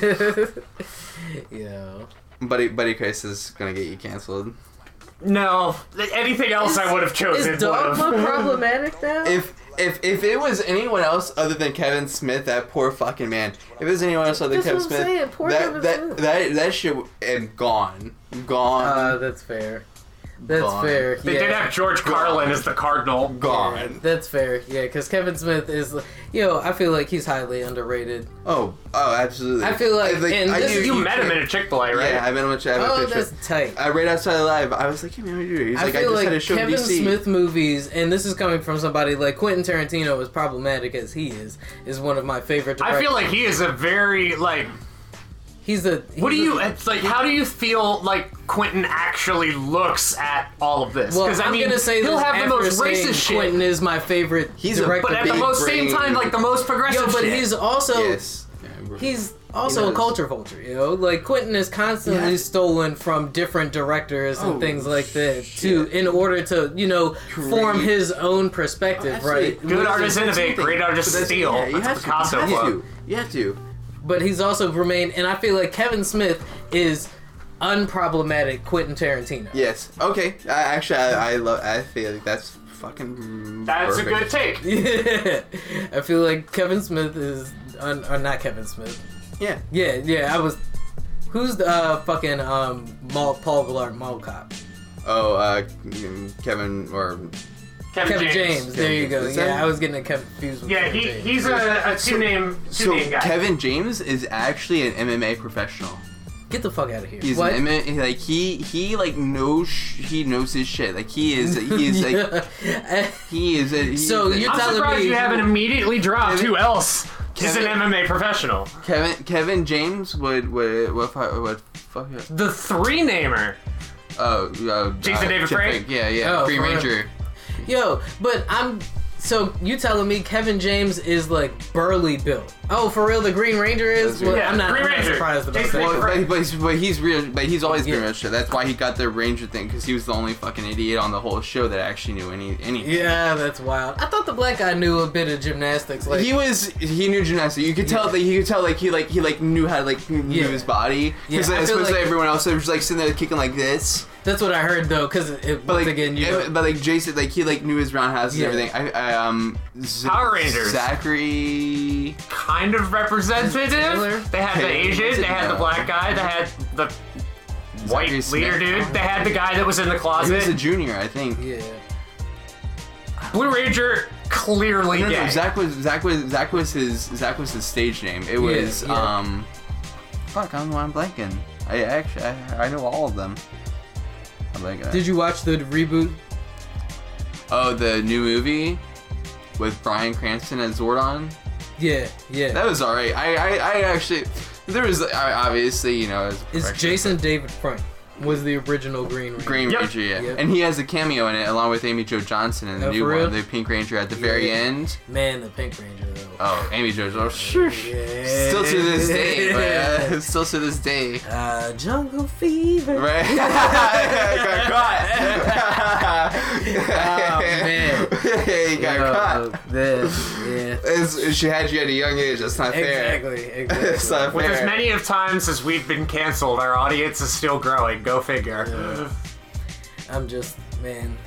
today.
yeah.
Buddy, Buddy Christ is gonna get you canceled.
No, anything else I would have chosen.
Is
would have.
dogma problematic now?
If if if it was anyone else other than Kevin Smith, that poor fucking man. If it was anyone else other than
That's what
Kevin
I'm
Smith,
saying, poor
that,
Kevin
that,
Smith.
that that shit w- and gone, gone,
Uh, that's fair. That's
Gone.
fair.
They
yeah.
did have George Carlin as the cardinal.
gone.
That's fair, yeah, because Kevin Smith is, you know, I feel like he's highly underrated.
Oh, oh, absolutely.
I feel like- and this
knew
is-
You
he
met him
could-
at a Chick Fil A, right?
Yeah, I met him at. I have
Oh,
a picture.
that's tight.
I right outside live. I was like, "Hey man, what are you doing?" He's
I
like, "I
feel
just
like
had a show
Kevin
in DC."
Smith movies, and this is coming from somebody like Quentin Tarantino, as problematic as he is, is one of my favorite directors.
I feel like he is a very like.
he's a.
What do
he's
you?
a-
It's like, how do you feel like Quentin actually looks at all of this?
Well,
Because I
I'm
mean,
gonna say
he'll
this
have the
after
most
saying
racist shit,
Quentin is my favorite.
He's a-
director.
but at the
big
most same
brain-
time, like the most progressive
Yo, but
shit.
he's also
Yes.
he's also
He
a
knows.
culture vulture. You know, like Quentin is constantly
Yeah.
stolen from different directors and
Oh,
things like that to in order to you know form
Create- Oh,
his own perspective, right?
Absolutely.
Good
Well,
artists
that's- that's
innovate,
something.
great artists
But that's-
steal.
yeah, you
That's a
have to.
Picasso
You have
quote.
to. You have to.
but he's also remained and i feel like kevin smith is unproblematic quentin tarantino
Yes. Okay. I, actually, I, I love. I feel like that's fucking.
That's
perfect.
a good take.
i feel like kevin smith is un, or not kevin smith
Yeah.
yeah yeah i was who's the uh, fucking um Mal, paul Blart mall cop
Oh, uh, mm, Kevin or
Kevin,
kevin james, there you go
Is that-
yeah i was getting confused with
Yeah,
Kevin
he,
James.
he's a, a two name two
so
name guy.
Kevin James is actually an MMA professional.
get the fuck out of here
He's
what
an MMA like he he like knows sh- he knows his shit. Like he is he is like
Yeah.
he is a he
So
is a-
you're
I'm
telling
surprised
me-
you haven't immediately dropped who else is an
Kevin-
MMA professional.
Kevin Kevin James would would what what fuck yeah.
The three namer.
oh uh,
Jason
uh,
David
Chip
Frank?
yeah yeah
Oh,
Green
for real.
Ranger
Yo, but I'm. So you telling me Kevin James is like burly built? Oh, for real, the Green Ranger is. Well,
Yeah,
I'm not.
Green
I'm not
Ranger.
surprised about
Jason
that.
Well, but, but, he's- but he's real. But he's always
Yeah.
been real shit. That's why he got the ranger thing because he was the only fucking idiot on the whole show that actually knew any anything.
Yeah, that's wild. I thought the black guy knew a bit of gymnastics. Like
he was he knew gymnastics. You could tell that you could tell like he like he like knew how to like move
Yeah.
his body.
Yeah,
Because
I
like,
feel
especially
like-
everyone else they was like sitting there kicking like this.
that's what I heard though, because once
But like
again, you.
ev- but like Jason like he like knew his roundhouse
Yeah.
and everything. I, I um Z-
Power Rangers.
Zachary.
Kind of
Taylor?
representative. They had the
Taylor, was
Asian,
it?
they had the
No.
black guy, they had the white
Zachary Smith.
leader dude, they had the guy that was in the
He was a
closet.
junior, I think.
yeah.
Blue Ranger clearly
No, no,
gay.
Zach was Zach was Zach was his Zach was his stage name. It was
yeah.
um, fuck, I don't know why I'm blanking. I actually I, I know all of them. I'm blanking.
Did you watch the reboot?
oh, the new movie with Brian Cranston as Zordon.
Yeah, yeah.
That was alright. I, I I actually there was I, obviously you know it's
it's Jason David Frank was the original Green Ranger.
Green
Yep.
Ranger, yeah.
Yep.
and he has a cameo in it along with Amy Jo Johnson in the
Oh,
new
for
one,
real?
the Pink Ranger at the very
Yeah.
end.
Man, the Pink Ranger though.
Oh, Amy Jo Johnson.
Yeah.
Still to this day, bruh. Still to this day.
Uh, Jungle Fever.
Right. got caught.
Oh, man.
he got
Oh,
caught.
this, yeah.
It's, she had you at a young age. That's not fair.
Exactly. Exactly.
It's not
With
fair.
as many of times as we've been canceled, our audience is still growing. Go figure.
I'm just man.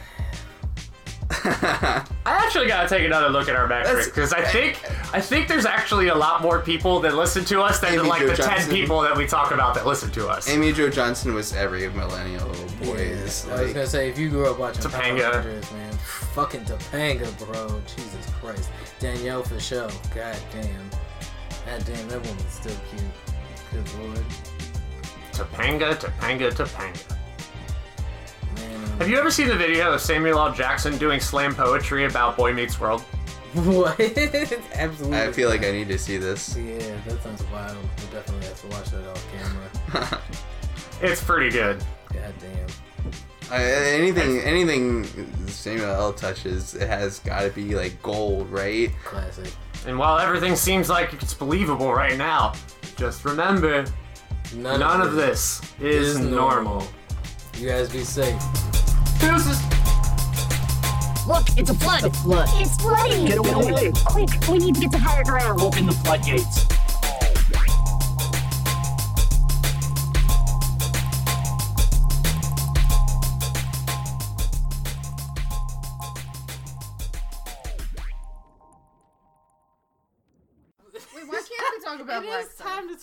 I actually gotta take another look at our metrics because I think I think there's actually a lot more people that listen to us than
Amy
like
Jo
the ten
Johnson.
people that we talk about that listen to us.
Amy Jo Johnson was every millennial little boy's
I was
like.
gonna say if you grew up watching
Topanga.
Power Rangers, man, fucking Topanga, bro. Jesus Christ, Danielle Fischel. God damn. God damn, that woman's still cute. Good lord,
Topanga, Topanga, Topanga.
man. um,
Have you ever seen the video of Samuel L. Jackson doing slam poetry about Boy Meets World?
What? Absolutely.
I feel like I need to see this.
Yeah, that sounds wild. We definitely have to watch that off camera.
It's pretty good.
God damn.
I, anything, anything Samuel L. touches, it has got to be like gold, right?
Classic.
And while everything seems like it's believable right now, just remember
None,
none of this is
Is
normal.
normal. You guys be safe.
Deuces.
Look, it's a flood. It's a flood.
It's flooding.
Get away.
Quick, we need to get to higher ground.
Open the floodgates.
talk about
it
Black
is time to